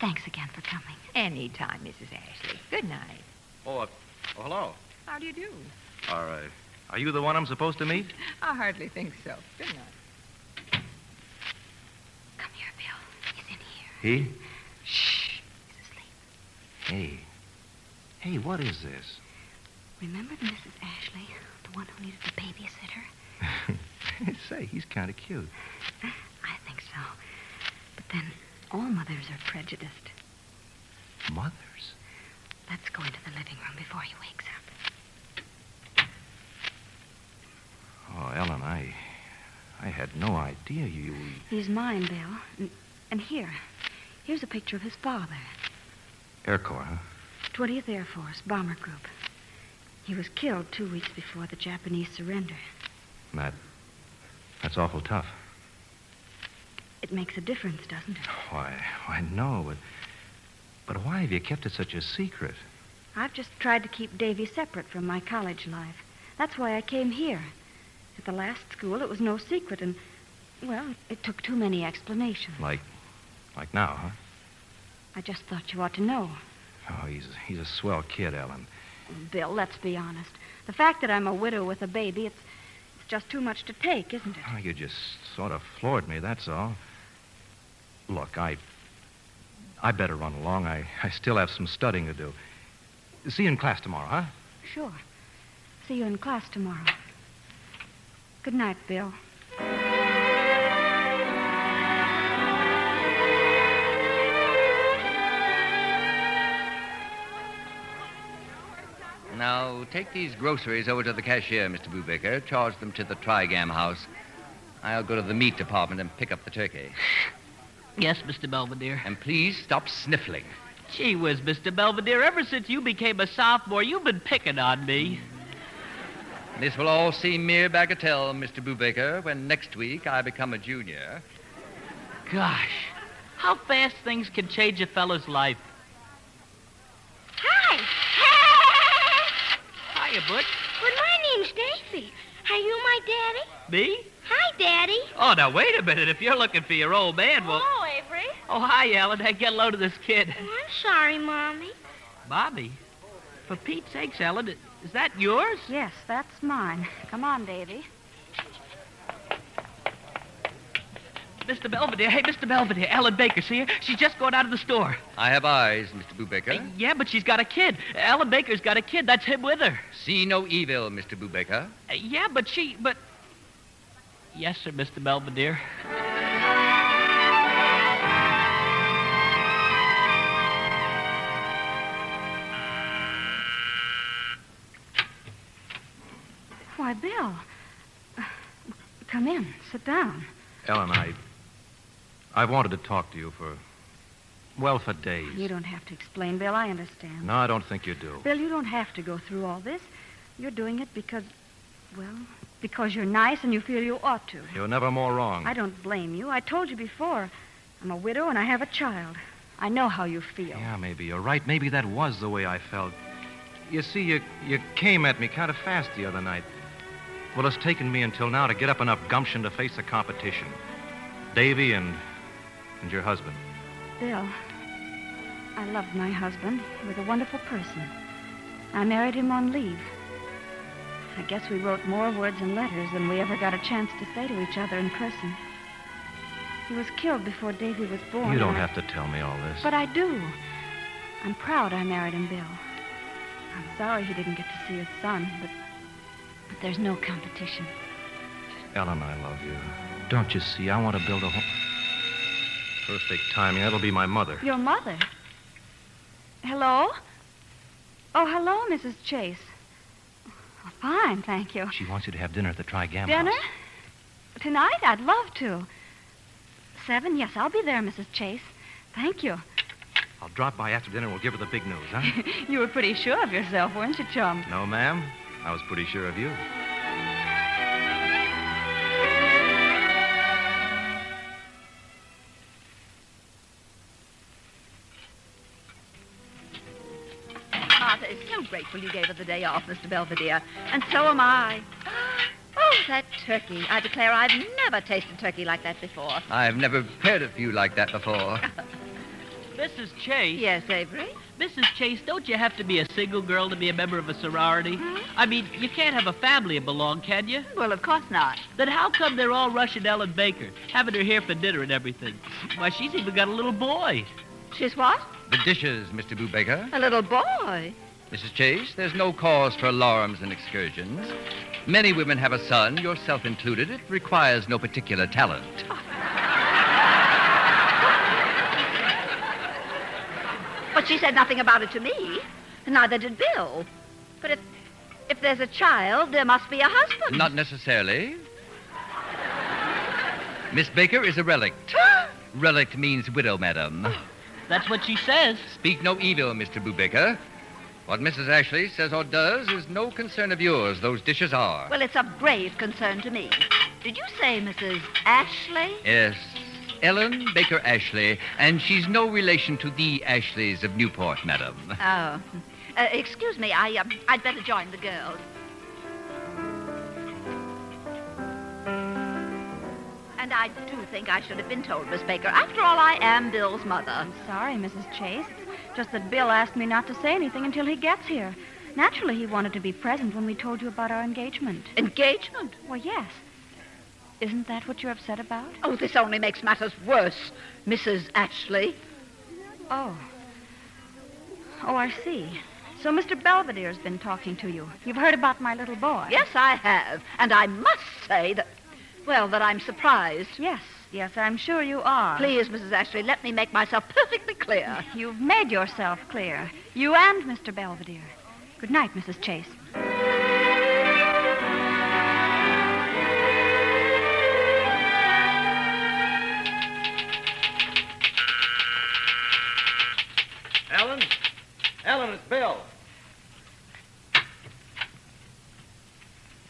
Speaker 9: Thanks again for coming.
Speaker 16: Any time, Mrs. Ashley. Good night.
Speaker 10: Oh, uh, oh hello.
Speaker 16: How do you do?
Speaker 10: All right. Are you the one I'm supposed to meet?
Speaker 16: I hardly think so. Good night.
Speaker 10: He? Shh. Hey. Hey, what is this?
Speaker 9: Remember the Mrs. Ashley, the one who needed a babysitter?
Speaker 10: Say, he's kind of cute.
Speaker 9: I think so. But then all mothers are prejudiced.
Speaker 10: Mother?
Speaker 9: Let's go into the living room before he wakes up.
Speaker 10: Oh, Ellen, I. I had no idea you.
Speaker 9: He's mine, Bill. And, and here. Here's a picture of his father.
Speaker 10: Air Corps, huh?
Speaker 9: 20th Air Force, Bomber Group. He was killed two weeks before the Japanese surrender.
Speaker 10: That. That's awful tough.
Speaker 9: It makes a difference, doesn't it?
Speaker 10: Why, I know, but. But why have you kept it such a secret?
Speaker 9: I've just tried to keep Davy separate from my college life. That's why I came here. At the last school, it was no secret, and, well, it, it took too many explanations.
Speaker 10: Like. Like now, huh?
Speaker 9: I just thought you ought to know.
Speaker 10: Oh, he's, he's a swell kid, Ellen.
Speaker 9: Bill, let's be honest. The fact that I'm a widow with a baby, it's, it's just too much to take, isn't it?
Speaker 10: Oh, you just sort of floored me, that's all. Look, I. I better run along. I, I still have some studying to do. See you in class tomorrow, huh?
Speaker 9: Sure. See you in class tomorrow. Good night, Bill.
Speaker 5: Now, take these groceries over to the cashier, Mr. Brubaker. Charge them to the Trigam house. I'll go to the meat department and pick up the turkey.
Speaker 3: Yes, Mr. Belvedere.
Speaker 5: And please stop sniffling.
Speaker 3: Gee whiz, Mr. Belvedere, ever since you became a sophomore, you've been picking on me.
Speaker 5: This will all seem mere bagatelle, Mr. Brubaker, when next week I become a junior.
Speaker 3: Gosh, how fast things can change a fellow's life.
Speaker 17: Hi.
Speaker 3: Hiya, Butch.
Speaker 17: Well, my name's Davy. Are you my daddy?
Speaker 3: Me?
Speaker 17: Hi, Daddy.
Speaker 3: Oh, now, wait a minute. If you're looking for your old man, well.
Speaker 17: Hello, Avery.
Speaker 3: Oh, hi, Ellen. Hey, Get a load of this kid.
Speaker 17: Oh, I'm sorry, Mommy.
Speaker 3: Bobby, for Pete's sakes, Ellen, is that yours?
Speaker 9: Yes, that's mine. Come on, Davy.
Speaker 3: Mr. Belvedere, hey, Mr. Belvedere, Ellen Baker, see her? She's just going out of the store. Uh,
Speaker 5: I have eyes, Mr. Bubecker.
Speaker 3: Yeah, but she's got a kid. Ellen Baker's got a kid. That's him with her.
Speaker 5: See no evil, Mr. Bubecker.
Speaker 3: Uh, yeah, but she, but. Yes, sir, Mr. Belvedere.
Speaker 9: Why, Bill. Come in. Sit down.
Speaker 10: Ellen, I. I wanted to talk to you for. Well, for days.
Speaker 9: You don't have to explain, Bill. I understand.
Speaker 10: No, I don't think you do.
Speaker 9: Bill, you don't have to go through all this. You're doing it because, well, because you're nice and you feel you ought to.
Speaker 10: You're never more wrong.
Speaker 9: I don't blame you. I told you before. I'm a widow and I have a child. I know how you feel.
Speaker 10: Yeah, maybe you're right. Maybe that was the way I felt. You see, you, you came at me kind of fast the other night. Well, it's taken me until now to get up enough gumption to face the competition. Davy and and your husband.
Speaker 9: Bill, I loved my husband. He was a wonderful person. I married him on leave. I guess we wrote more words and letters than we ever got a chance to say to each other in person. He was killed before Davy was born.
Speaker 10: you don't
Speaker 9: and I-
Speaker 10: have to tell me all this.
Speaker 9: But I do. I'm proud I married him, Bill. I'm sorry he didn't get to see his son, but, but there's no competition.
Speaker 10: Ellen, I love you. Don't you see? I want to build a home. Perfect timing. That'll be my mother.
Speaker 9: Your mother? Hello? Oh, hello, Mrs. Chase. Oh, fine, thank you.
Speaker 10: She wants you to have dinner at the Trigam.
Speaker 9: Dinner? Tonight? I'd love to. Seven? Yes, I'll be there, Mrs. Chase. Thank you.
Speaker 10: I'll drop by after dinner and we'll give her the big news, huh?
Speaker 9: You were pretty sure of yourself, weren't you, chum?
Speaker 10: no, ma'am. I was pretty sure of you.
Speaker 8: Martha is so grateful you gave her the day off, Mr. Belvedere. And so am I. Oh, that turkey. I declare I've never tasted turkey like that before.
Speaker 5: I've never prepared it for you like that before.
Speaker 3: Mrs. Chase.
Speaker 8: Yes, Avery?
Speaker 3: Mrs. Chase, don't you have to be a single girl to be a member of a sorority? I mean, you can't have a family and belong, can you?
Speaker 8: Hmm? Well, of course not.
Speaker 3: Then how come they're all rushing Ellen Baker, having her here for dinner and everything? Why, she's even got a little boy.
Speaker 8: She's what?
Speaker 5: The dishes, Mr. Bubecker.
Speaker 8: A little boy.
Speaker 5: Mrs. Chase, there's no cause for alarms and excursions. Many women have a son, yourself included. It requires no particular talent.
Speaker 8: But she said nothing about it to me. Neither did Bill. But if if there's a child, there must be a husband.
Speaker 5: Not necessarily. Miss Baker is a relict. Relict means widow, madam.
Speaker 3: That's what she says.
Speaker 5: Speak no evil, Mr. Bubecker. What Mrs. Ashley says or does is no concern of yours. Those dishes are.
Speaker 8: Well, it's a grave concern to me. Did you say Mrs. Ashley?
Speaker 5: Yes, Ellen Baker Ashley, and she's no relation to the Ashleys of Newport, madam.
Speaker 8: Oh. Uh, excuse me, I, um, I'd better join the girls. And I do think I should have been told, Miss Baker. After all, I am Bill's mother.
Speaker 9: Sorry, Mrs. Chase. Just that Bill asked me not to say anything until he gets here. Naturally, he wanted to be present when we told you about our engagement.
Speaker 8: Engagement?
Speaker 9: Well, yes. Isn't that what you're upset about?
Speaker 8: Oh, this only makes matters worse, Mrs. Ashley.
Speaker 9: Oh. Oh, I see. So Mr. Belvedere's been talking to you. You've heard about my little boy.
Speaker 8: Yes, I have. And I must say that, well, that I'm surprised.
Speaker 9: Yes, yes, I'm sure you are.
Speaker 8: Please, Mrs. Ashley, let me make myself perfectly clear.
Speaker 9: You've made yourself clear. You and Mr. Belvedere. Good night, Mrs. Chase.
Speaker 18: Ellen? Ellen, it's Bill.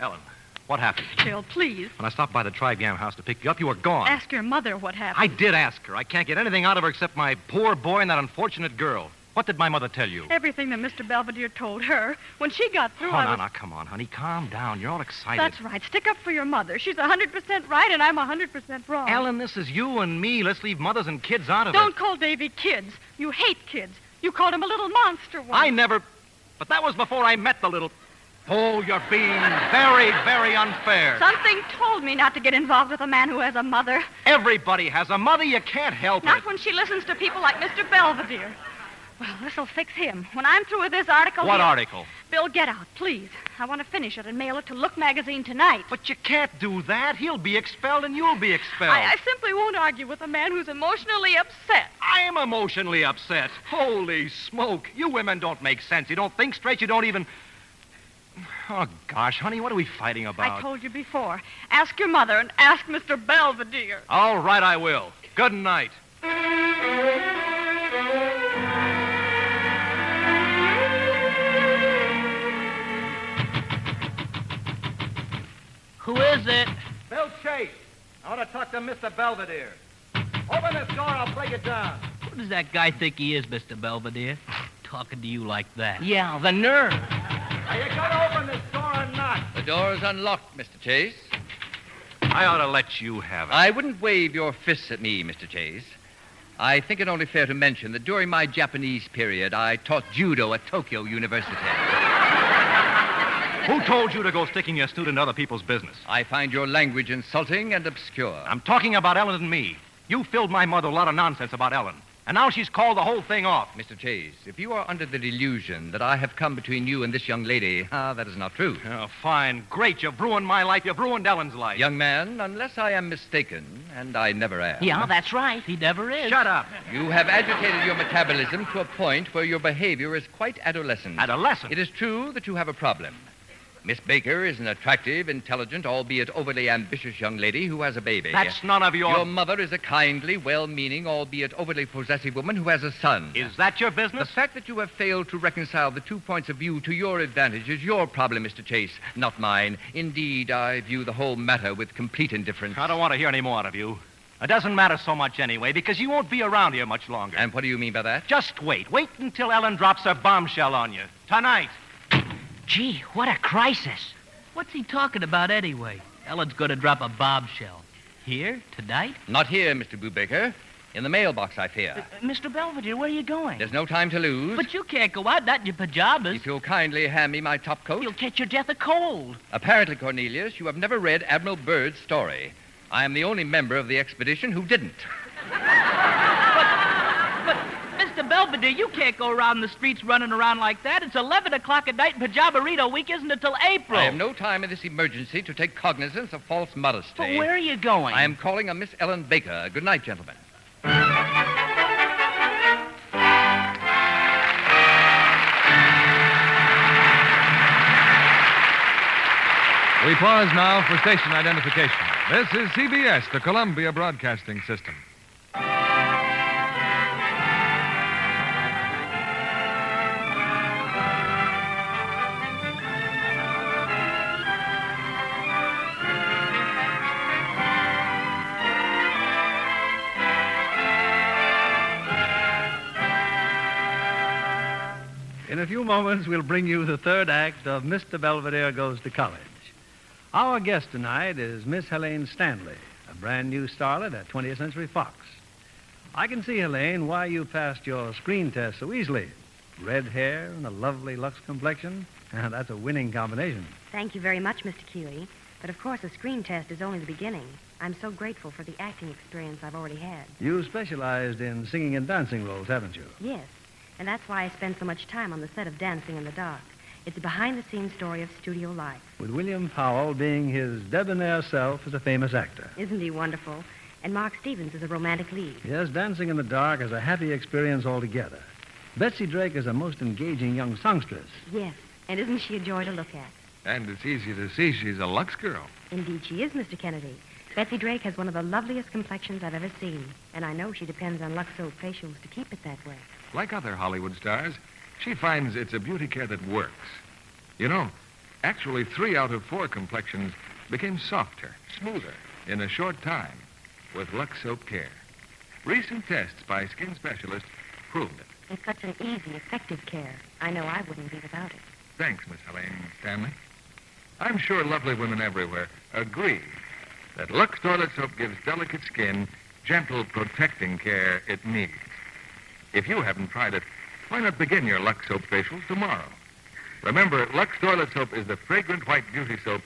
Speaker 10: Ellen, what happened?
Speaker 19: Bill, please.
Speaker 10: When I stopped by the Trigam house to pick you up, you were gone.
Speaker 19: Ask your mother what happened.
Speaker 10: I did ask her. I can't get anything out of her except my poor boy and that unfortunate girl. What did my mother tell you?
Speaker 19: Everything that Mr. Belvedere told her. When she got through,
Speaker 10: oh,
Speaker 19: I
Speaker 10: no,
Speaker 19: was...
Speaker 10: no, come on, honey. Calm down. You're all excited.
Speaker 19: That's right. Stick up for your mother. She's 100% right, and I'm 100% wrong.
Speaker 10: Ellen, this is you and me. Let's leave mothers and kids out of
Speaker 19: Don't
Speaker 10: it.
Speaker 19: call Davy kids. You hate kids. You called him a little monster once.
Speaker 10: I never. But that was before I met the little. Oh, you're being very, very unfair.
Speaker 19: Something told me not to get involved with a man who has a mother.
Speaker 10: Oh, Everybody has a mother. You can't help
Speaker 19: Not
Speaker 10: it.
Speaker 19: when she listens to people like Mr. Belvedere. Well, this'll fix him. When I'm through with this article.
Speaker 10: What
Speaker 19: he'll-
Speaker 10: article?
Speaker 19: Bill, get out, please. I want to finish it and mail it to Look magazine tonight.
Speaker 10: But you can't do that. He'll be expelled and you'll be expelled.
Speaker 19: I, I simply won't argue with a man who's emotionally upset.
Speaker 10: I'm emotionally upset. Holy smoke. You women don't make sense. You don't think straight. You don't even. Oh, gosh, honey, what are we fighting about?
Speaker 19: I told you before. Ask your mother and ask Mr. Belvedere.
Speaker 10: All right, I will. Good night.
Speaker 3: Who is it?
Speaker 18: Bill Chase. I want to talk to Mr. Belvedere. Open this door, I'll break it down.
Speaker 3: Who does that guy think he is, Mr. Belvedere? Talking to you like that.
Speaker 5: Yeah, the nerve.
Speaker 18: Now, you gotta open this door or not.
Speaker 5: The door is unlocked, Mr. Chase.
Speaker 10: I ought to let you have it.
Speaker 5: I wouldn't wave your fists at me, Mr. Chase. I think it only fair to mention that during my Japanese period, I taught judo at Tokyo University.
Speaker 10: Who told you to go sticking your student into other people's business?
Speaker 5: I find your language insulting and obscure.
Speaker 10: I'm talking about Ellen and me. You filled my mother with a lot of nonsense about Ellen. And now she's called the whole thing off.
Speaker 5: Mr. Chase, if you are under the delusion that I have come between you and this young lady, ah, that is not true.
Speaker 10: Oh, fine. Great. You've ruined my life. You've ruined Ellen's life.
Speaker 5: Young man, unless I am mistaken, and I never am.
Speaker 3: Yeah, that's right. He never is.
Speaker 10: Shut up.
Speaker 5: You have agitated your metabolism to a point where your behavior is quite adolescent.
Speaker 10: Adolescent?
Speaker 5: It is true that you have a problem. Miss Baker is an attractive, intelligent, albeit overly ambitious young lady who has a baby.
Speaker 10: That's none of your-
Speaker 5: Your mother is a kindly, well meaning, albeit overly possessive woman who has a son.
Speaker 10: Is that your business?
Speaker 5: The fact that you have failed to reconcile the two points of view to your advantage is your problem, Mr. Chase, not mine. Indeed, I view the whole matter with complete indifference.
Speaker 10: I don't want to hear any more out of you. It doesn't matter so much anyway, because you won't be around here much longer.
Speaker 5: And what do you mean by that?
Speaker 10: Just wait. Wait until Ellen drops her bombshell on you. Tonight.
Speaker 3: Gee, what a crisis. What's he talking about anyway? Ellen's going to drop a bombshell. Here? Tonight?
Speaker 5: Not here, Mr. Brubaker. In the mailbox, I
Speaker 4: Uh,
Speaker 5: fear.
Speaker 3: Mr. Belvedere, where are you going?
Speaker 5: There's no time to lose.
Speaker 3: But you can't go out, not in your pajamas.
Speaker 5: If you'll kindly hand me my top coat.
Speaker 3: You'll catch your death of cold.
Speaker 5: Apparently, Cornelius, you have never read Admiral Byrd's story. I am the only member of the expedition who didn't.
Speaker 3: Mr. Belvedere, you can't go around the streets running around like that. It's 11 o'clock at night, and Pajamarito Week isn't until April.
Speaker 5: I have no time in this emergency to take cognizance of false modesty.
Speaker 3: But where are you going?
Speaker 5: I am calling on Miss Ellen Baker. Good night, gentlemen.
Speaker 1: We pause now for station identification. This is CBS, the Columbia Broadcasting System.
Speaker 2: In a few moments, we'll bring you the third act of Mr. Belvedere Goes to College. Our guest tonight is Miss Helene Stanley, a brand new starlet at 20th Century Fox. I can see, Helene, why you passed your screen test so easily. Red hair and a lovely Lux complexion. That's a winning combination.
Speaker 20: Thank you very much, Mr. Keeley. But of course, the screen test is only the beginning. I'm so grateful for the acting experience I've already had.
Speaker 2: You specialized in singing and dancing roles, haven't you?
Speaker 20: Yes, and that's why I spend so much time on the set of Dancing in the Dark. It's a behind the scenes story of studio life.
Speaker 2: With William Powell being his debonair self as a famous actor.
Speaker 20: Isn't he wonderful? And Mark Stevens is a romantic lead.
Speaker 2: Yes, Dancing in the Dark is a happy experience altogether. Betsy Drake is a most engaging young songstress.
Speaker 20: Yes, and isn't she a joy to look at?
Speaker 12: And it's easy to see she's a Lux girl.
Speaker 20: Indeed, she is, Mr. Kennedy. Betsy Drake has one of the loveliest complexions I've ever seen, and I know she depends on Luxo facials to keep it that way.
Speaker 12: Like other Hollywood stars, she finds it's a beauty care that works. You know, actually, three out of four complexions became softer, smoother, in a short time with Lux Soap Care. Recent tests by skin specialists proved it.
Speaker 20: It's such an easy, effective care. I know I wouldn't be without it.
Speaker 12: Thanks, Miss Helene Stanley. I'm sure lovely women everywhere agree that Lux Toilet Soap gives delicate skin gentle, protecting care it needs. If you haven't tried it, why not begin your Lux Soap facials tomorrow?
Speaker 21: Remember, Lux Toilet Soap is the fragrant white beauty soap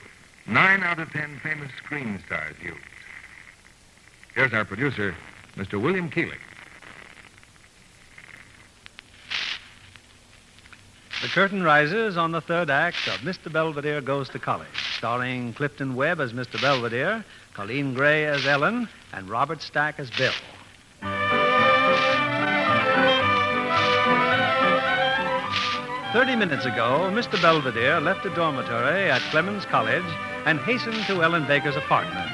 Speaker 21: nine out of ten famous screen stars use.
Speaker 12: Here's our producer, Mr. William Keeley.
Speaker 2: The curtain rises on the third act of Mr. Belvedere Goes to College, starring Clifton Webb as Mr. Belvedere, Colleen Gray as Ellen, and Robert Stack as Bill. Thirty minutes ago, Mr. Belvedere left the dormitory at Clemens College and hastened to Ellen Baker's apartment.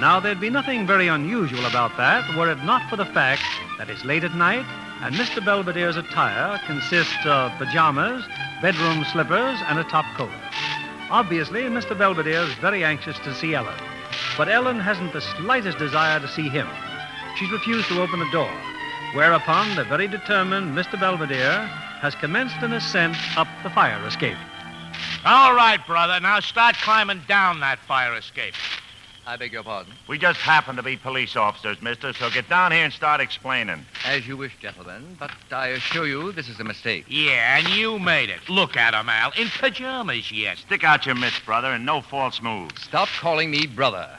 Speaker 2: Now, there'd be nothing very unusual about that were it not for the fact that it's late at night and Mr. Belvedere's attire consists of pajamas, bedroom slippers, and a top coat. Obviously, Mr. Belvedere's very anxious to see Ellen, but Ellen hasn't the slightest desire to see him. She's refused to open the door, whereupon the very determined Mr. Belvedere has commenced an ascent up the fire escape.
Speaker 22: All right, brother. Now start climbing down that fire escape.
Speaker 5: I beg your pardon.
Speaker 22: We just happen to be police officers, mister, so get down here and start explaining.
Speaker 5: As you wish, gentlemen, but I assure you this is a mistake.
Speaker 22: Yeah, and you made it. Look at him, Al. In pajamas, yes. Stick out your mitts, brother, and no false moves.
Speaker 5: Stop calling me brother.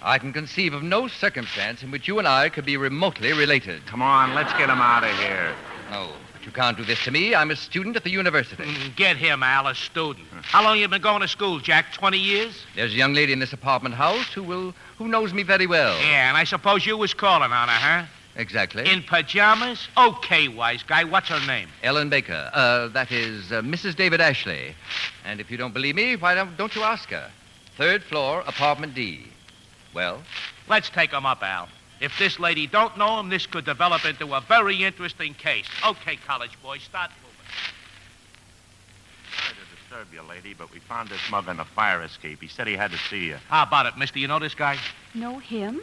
Speaker 5: I can conceive of no circumstance in which you and I could be remotely related.
Speaker 22: Come on, let's get him out of here.
Speaker 5: No, but you can't do this to me. I'm a student at the university.
Speaker 22: Get him, Al, a student. How long you been going to school, Jack? Twenty years?
Speaker 5: Hmm. There's a young lady in this apartment house who will who knows me very well.
Speaker 22: Yeah, and I suppose you was calling on her, huh?
Speaker 5: Exactly.
Speaker 22: In pajamas? Okay, wise guy. What's her name?
Speaker 5: Ellen Baker. Uh, that is uh, Mrs. David Ashley. And if you don't believe me, why don't, don't you ask her? Third floor, apartment D. Well,
Speaker 22: Let's take him up, Al. If this lady don't know him, this could develop into a very interesting case. Okay, college boys, start moving.
Speaker 15: Sorry to disturb you, lady, but we found this mug on a fire escape. He said he had to see you.
Speaker 22: How about it, mister? You know this guy?
Speaker 9: Know him?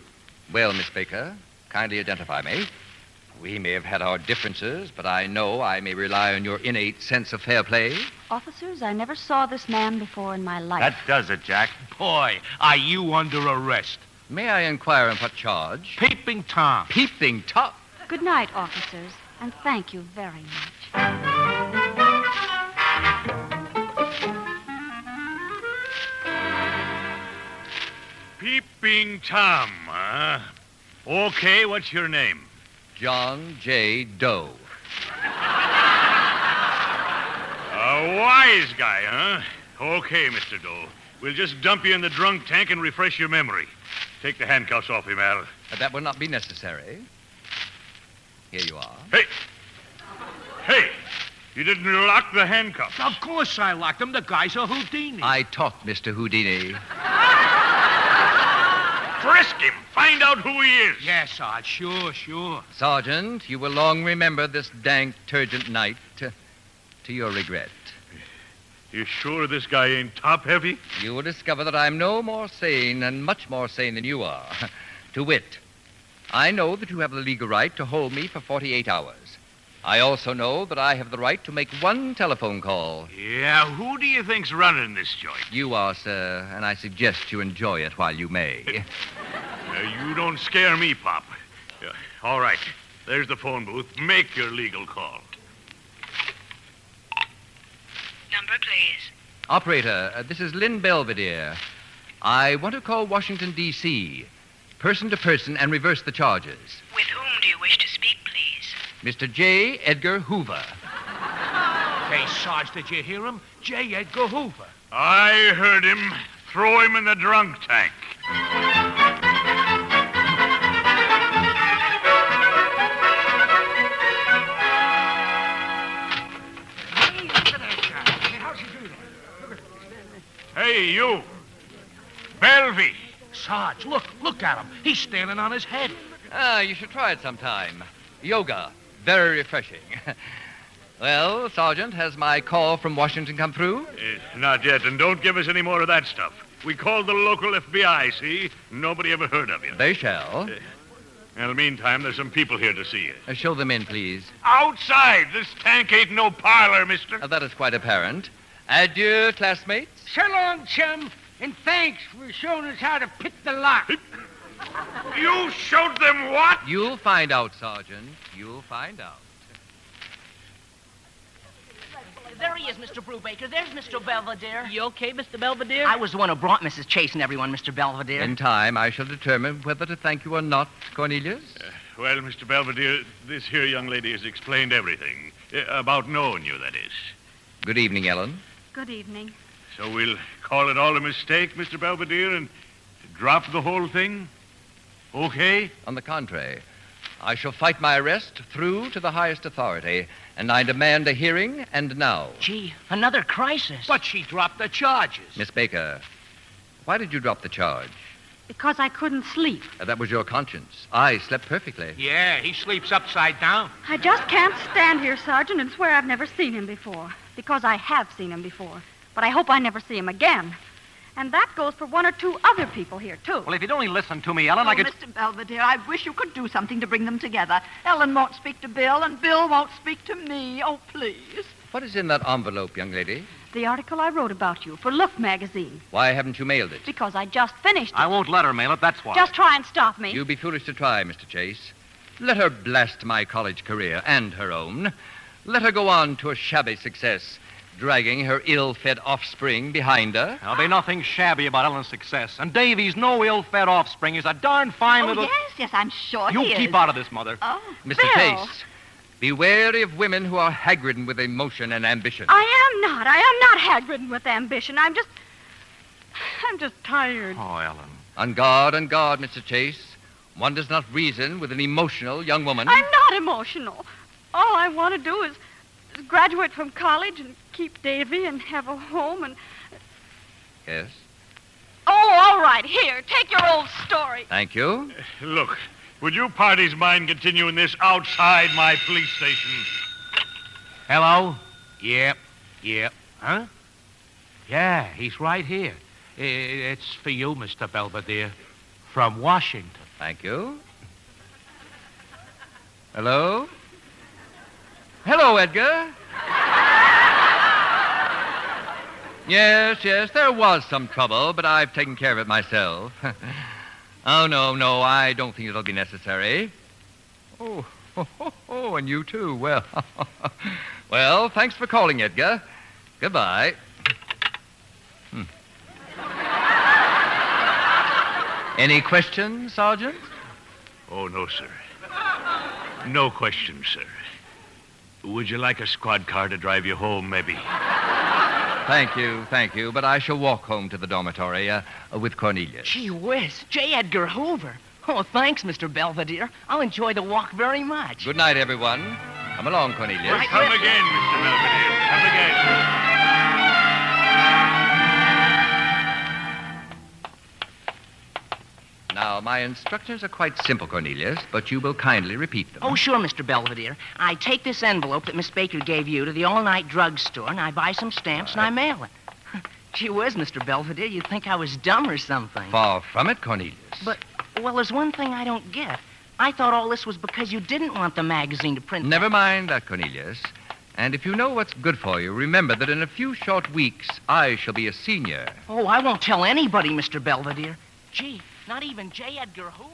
Speaker 5: well, Miss Baker, kindly identify me. We may have had our differences, but I know I may rely on your innate sense of fair play.
Speaker 9: Officers, I never saw this man before in my life.
Speaker 22: does it, Jack. Boy, are you under arrest.
Speaker 5: May I inquire on what charge?
Speaker 22: Peeping Tom.
Speaker 5: Peeping Tom?
Speaker 9: Good night, officers, and thank you very much.
Speaker 23: Peeping Tom, huh? Okay, what's your name?
Speaker 5: John J. Doe.
Speaker 23: A wise guy, huh? Okay, Mr. Doe. We'll just dump you in the drunk tank and refresh your memory. Take the handcuffs off him, Al.
Speaker 5: Uh, That will not be necessary. Here you are.
Speaker 23: Hey! Hey! You didn't lock the handcuffs.
Speaker 22: Of course I locked him. The guy's a Houdini.
Speaker 5: I taught Mr. Houdini.
Speaker 23: Frisk him. Find out who he is.
Speaker 22: Yes, Sarge. Sure, sure.
Speaker 5: Sergeant, you will long remember this dank, turgent night to, to your regret.
Speaker 23: You sure this guy ain't top heavy?
Speaker 5: You will discover that I'm no more sane and much more sane than you are. to wit, I know that you have the legal right to hold me for 48 hours. I also know that I have the right to make one telephone call.
Speaker 23: Yeah, who do you think's running this joint?
Speaker 5: You are, sir, and I suggest you enjoy it while you may.
Speaker 23: Uh, you don't scare me, Pop. Yeah, all right. There's the phone booth. Make your legal call.
Speaker 5: Operator, uh, this is Lynn Belvedere. I want to call Washington, D.C., person to person, and reverse the charges.
Speaker 24: With whom do you wish to speak, please?
Speaker 5: Mr. J. Edgar Hoover.
Speaker 22: Hey, Sarge, did you hear him? J. Edgar Hoover.
Speaker 23: I heard him. Throw him in the drunk tank. Hey, you. Belvy.
Speaker 22: Sarge, look, look at him. He's standing on his head.
Speaker 5: Ah, you should try it sometime. Yoga. Very refreshing. well, Sergeant, has my call from Washington come through?
Speaker 23: Eh, not yet, and don't give us any more of that stuff. We called the local FBI, see? Nobody ever heard of you. Uh,
Speaker 5: They shall.
Speaker 23: In the meantime, there's some people here to see you.
Speaker 5: Uh, show them in, please.
Speaker 23: Outside! This tank ain't no parlor, mister.
Speaker 5: Uh, that is quite apparent. Adieu, classmates.
Speaker 24: So long, chum, and thanks for showing us how to pick the lock.
Speaker 23: You showed them what?
Speaker 5: You'll find out, Sergeant. You'll find out.
Speaker 25: There he is, Mr. Brubaker. There's Mr. Belvedere.
Speaker 26: You okay, Mr. Belvedere?
Speaker 4: I was the one who brought Mrs. Chase and everyone, Mr. Belvedere.
Speaker 5: In time, I shall determine whether to thank you or not, Cornelius.
Speaker 23: Uh, Well, Mr. Belvedere, this here young lady has explained everything. Uh, about knowing you, that is.
Speaker 5: Good evening, Ellen.
Speaker 27: Good evening.
Speaker 23: So we'll call it all a mistake, Mr. Belvedere, and drop the whole thing? Okay?
Speaker 5: On the contrary, I shall fight my arrest through to the highest authority, and I demand a hearing, and now.
Speaker 4: Gee, another crisis.
Speaker 22: But she dropped the charges.
Speaker 5: Miss Baker, why did you drop the charge?
Speaker 9: Because I couldn't sleep.
Speaker 5: Uh, that was your conscience. I slept perfectly.
Speaker 22: Yeah, he sleeps upside down.
Speaker 9: I just can't stand here, Sergeant, and swear I've never seen him before. Because I have seen him before. But I hope I never see him again. And that goes for one or two other people here, too.
Speaker 10: Well, if you'd only listen to me, Ellen,
Speaker 9: Oh,
Speaker 10: I could.
Speaker 9: Mr. Belvedere, I wish you could do something to bring them together. Ellen won't speak to Bill, and Bill won't speak to me. Oh, please.
Speaker 5: What is in that envelope, young lady?
Speaker 9: The article I wrote about you for Look magazine,
Speaker 5: Why haven't you mailed it?
Speaker 9: because I just finished it.
Speaker 5: I won't let her mail it, that's
Speaker 9: Just try and stop me.
Speaker 5: You'd be foolish to try, Mr. Chase. Let her blast my college career and her own. Let her go on to a shabby success, dragging her ill fed offspring behind her.
Speaker 10: There'll be nothing shabby about Ellen's success. And Davy's no ill fed offspring. He's a darn fine
Speaker 9: oh,
Speaker 10: little.
Speaker 9: yes, yes, I'm sure
Speaker 10: you
Speaker 9: he is.
Speaker 10: keep out of this, Mother.
Speaker 9: Oh,
Speaker 5: Mr.
Speaker 9: Bill.
Speaker 5: Chase, be wary of women who are hag ridden with emotion and ambition.
Speaker 9: I am not. I am not hag-ridden with ambition. I'm just... I'm just tired.
Speaker 5: Oh, Ellen. On guard, on guard, Mr. Chase. One does not reason with an emotional young woman.
Speaker 9: I'm not emotional. All I want to do is is graduate from college and keep Davy and have a home and...
Speaker 5: Yes,
Speaker 9: Oh, all right. Here, take your old story.
Speaker 5: thank you.
Speaker 23: Uh, Look, would you parties mind continuing this outside my police station?
Speaker 22: Hello? Yep, yep. Huh? Yeah, he's right here. I- It's for you, Mr. Belvedere, from Washington.
Speaker 5: Thank you. Hello? Hello, Edgar. yes, yes, there was some trouble, but I've taken care of it myself. oh, no, no, I don't think it'll be necessary. Oh, oh, and you too. Well, well, thanks for calling, Edgar. Goodbye. Hmm. Any questions, Sergeant?
Speaker 23: Oh, no, sir. No question, sir. Would you like a squad car to drive you home, maybe?
Speaker 5: Thank you, thank you, but I shall walk home to the dormitory uh, with Cornelius.
Speaker 4: Gee whiz, J. Edgar Hoover. Oh, thanks, Mr. Belvedere. I'll enjoy the walk very much.
Speaker 5: Good night, everyone. Come along, Cornelius.
Speaker 23: Well, come again, Mr. Belvedere. Come again.
Speaker 5: Now, my instructions are quite simple, Cornelius, but you will kindly repeat them.
Speaker 4: Oh, sure, Mr. Belvedere. I take this envelope that Miss Baker gave you to the all-night drugstore, and I buy some stamps, and I mail it. Gee whiz, Mr. Belvedere, you'd think I was dumb or something.
Speaker 5: Far from it, Cornelius.
Speaker 4: But, well, there's one thing I don't get. I thought all this was because you didn't want the magazine to print.
Speaker 5: Never mind that, Cornelius. And if you know what's good for you, remember that in a few short weeks, I shall be a senior.
Speaker 4: Oh, I won't tell anybody, Mr. Belvedere. Gee, not even J. Edgar Hoover.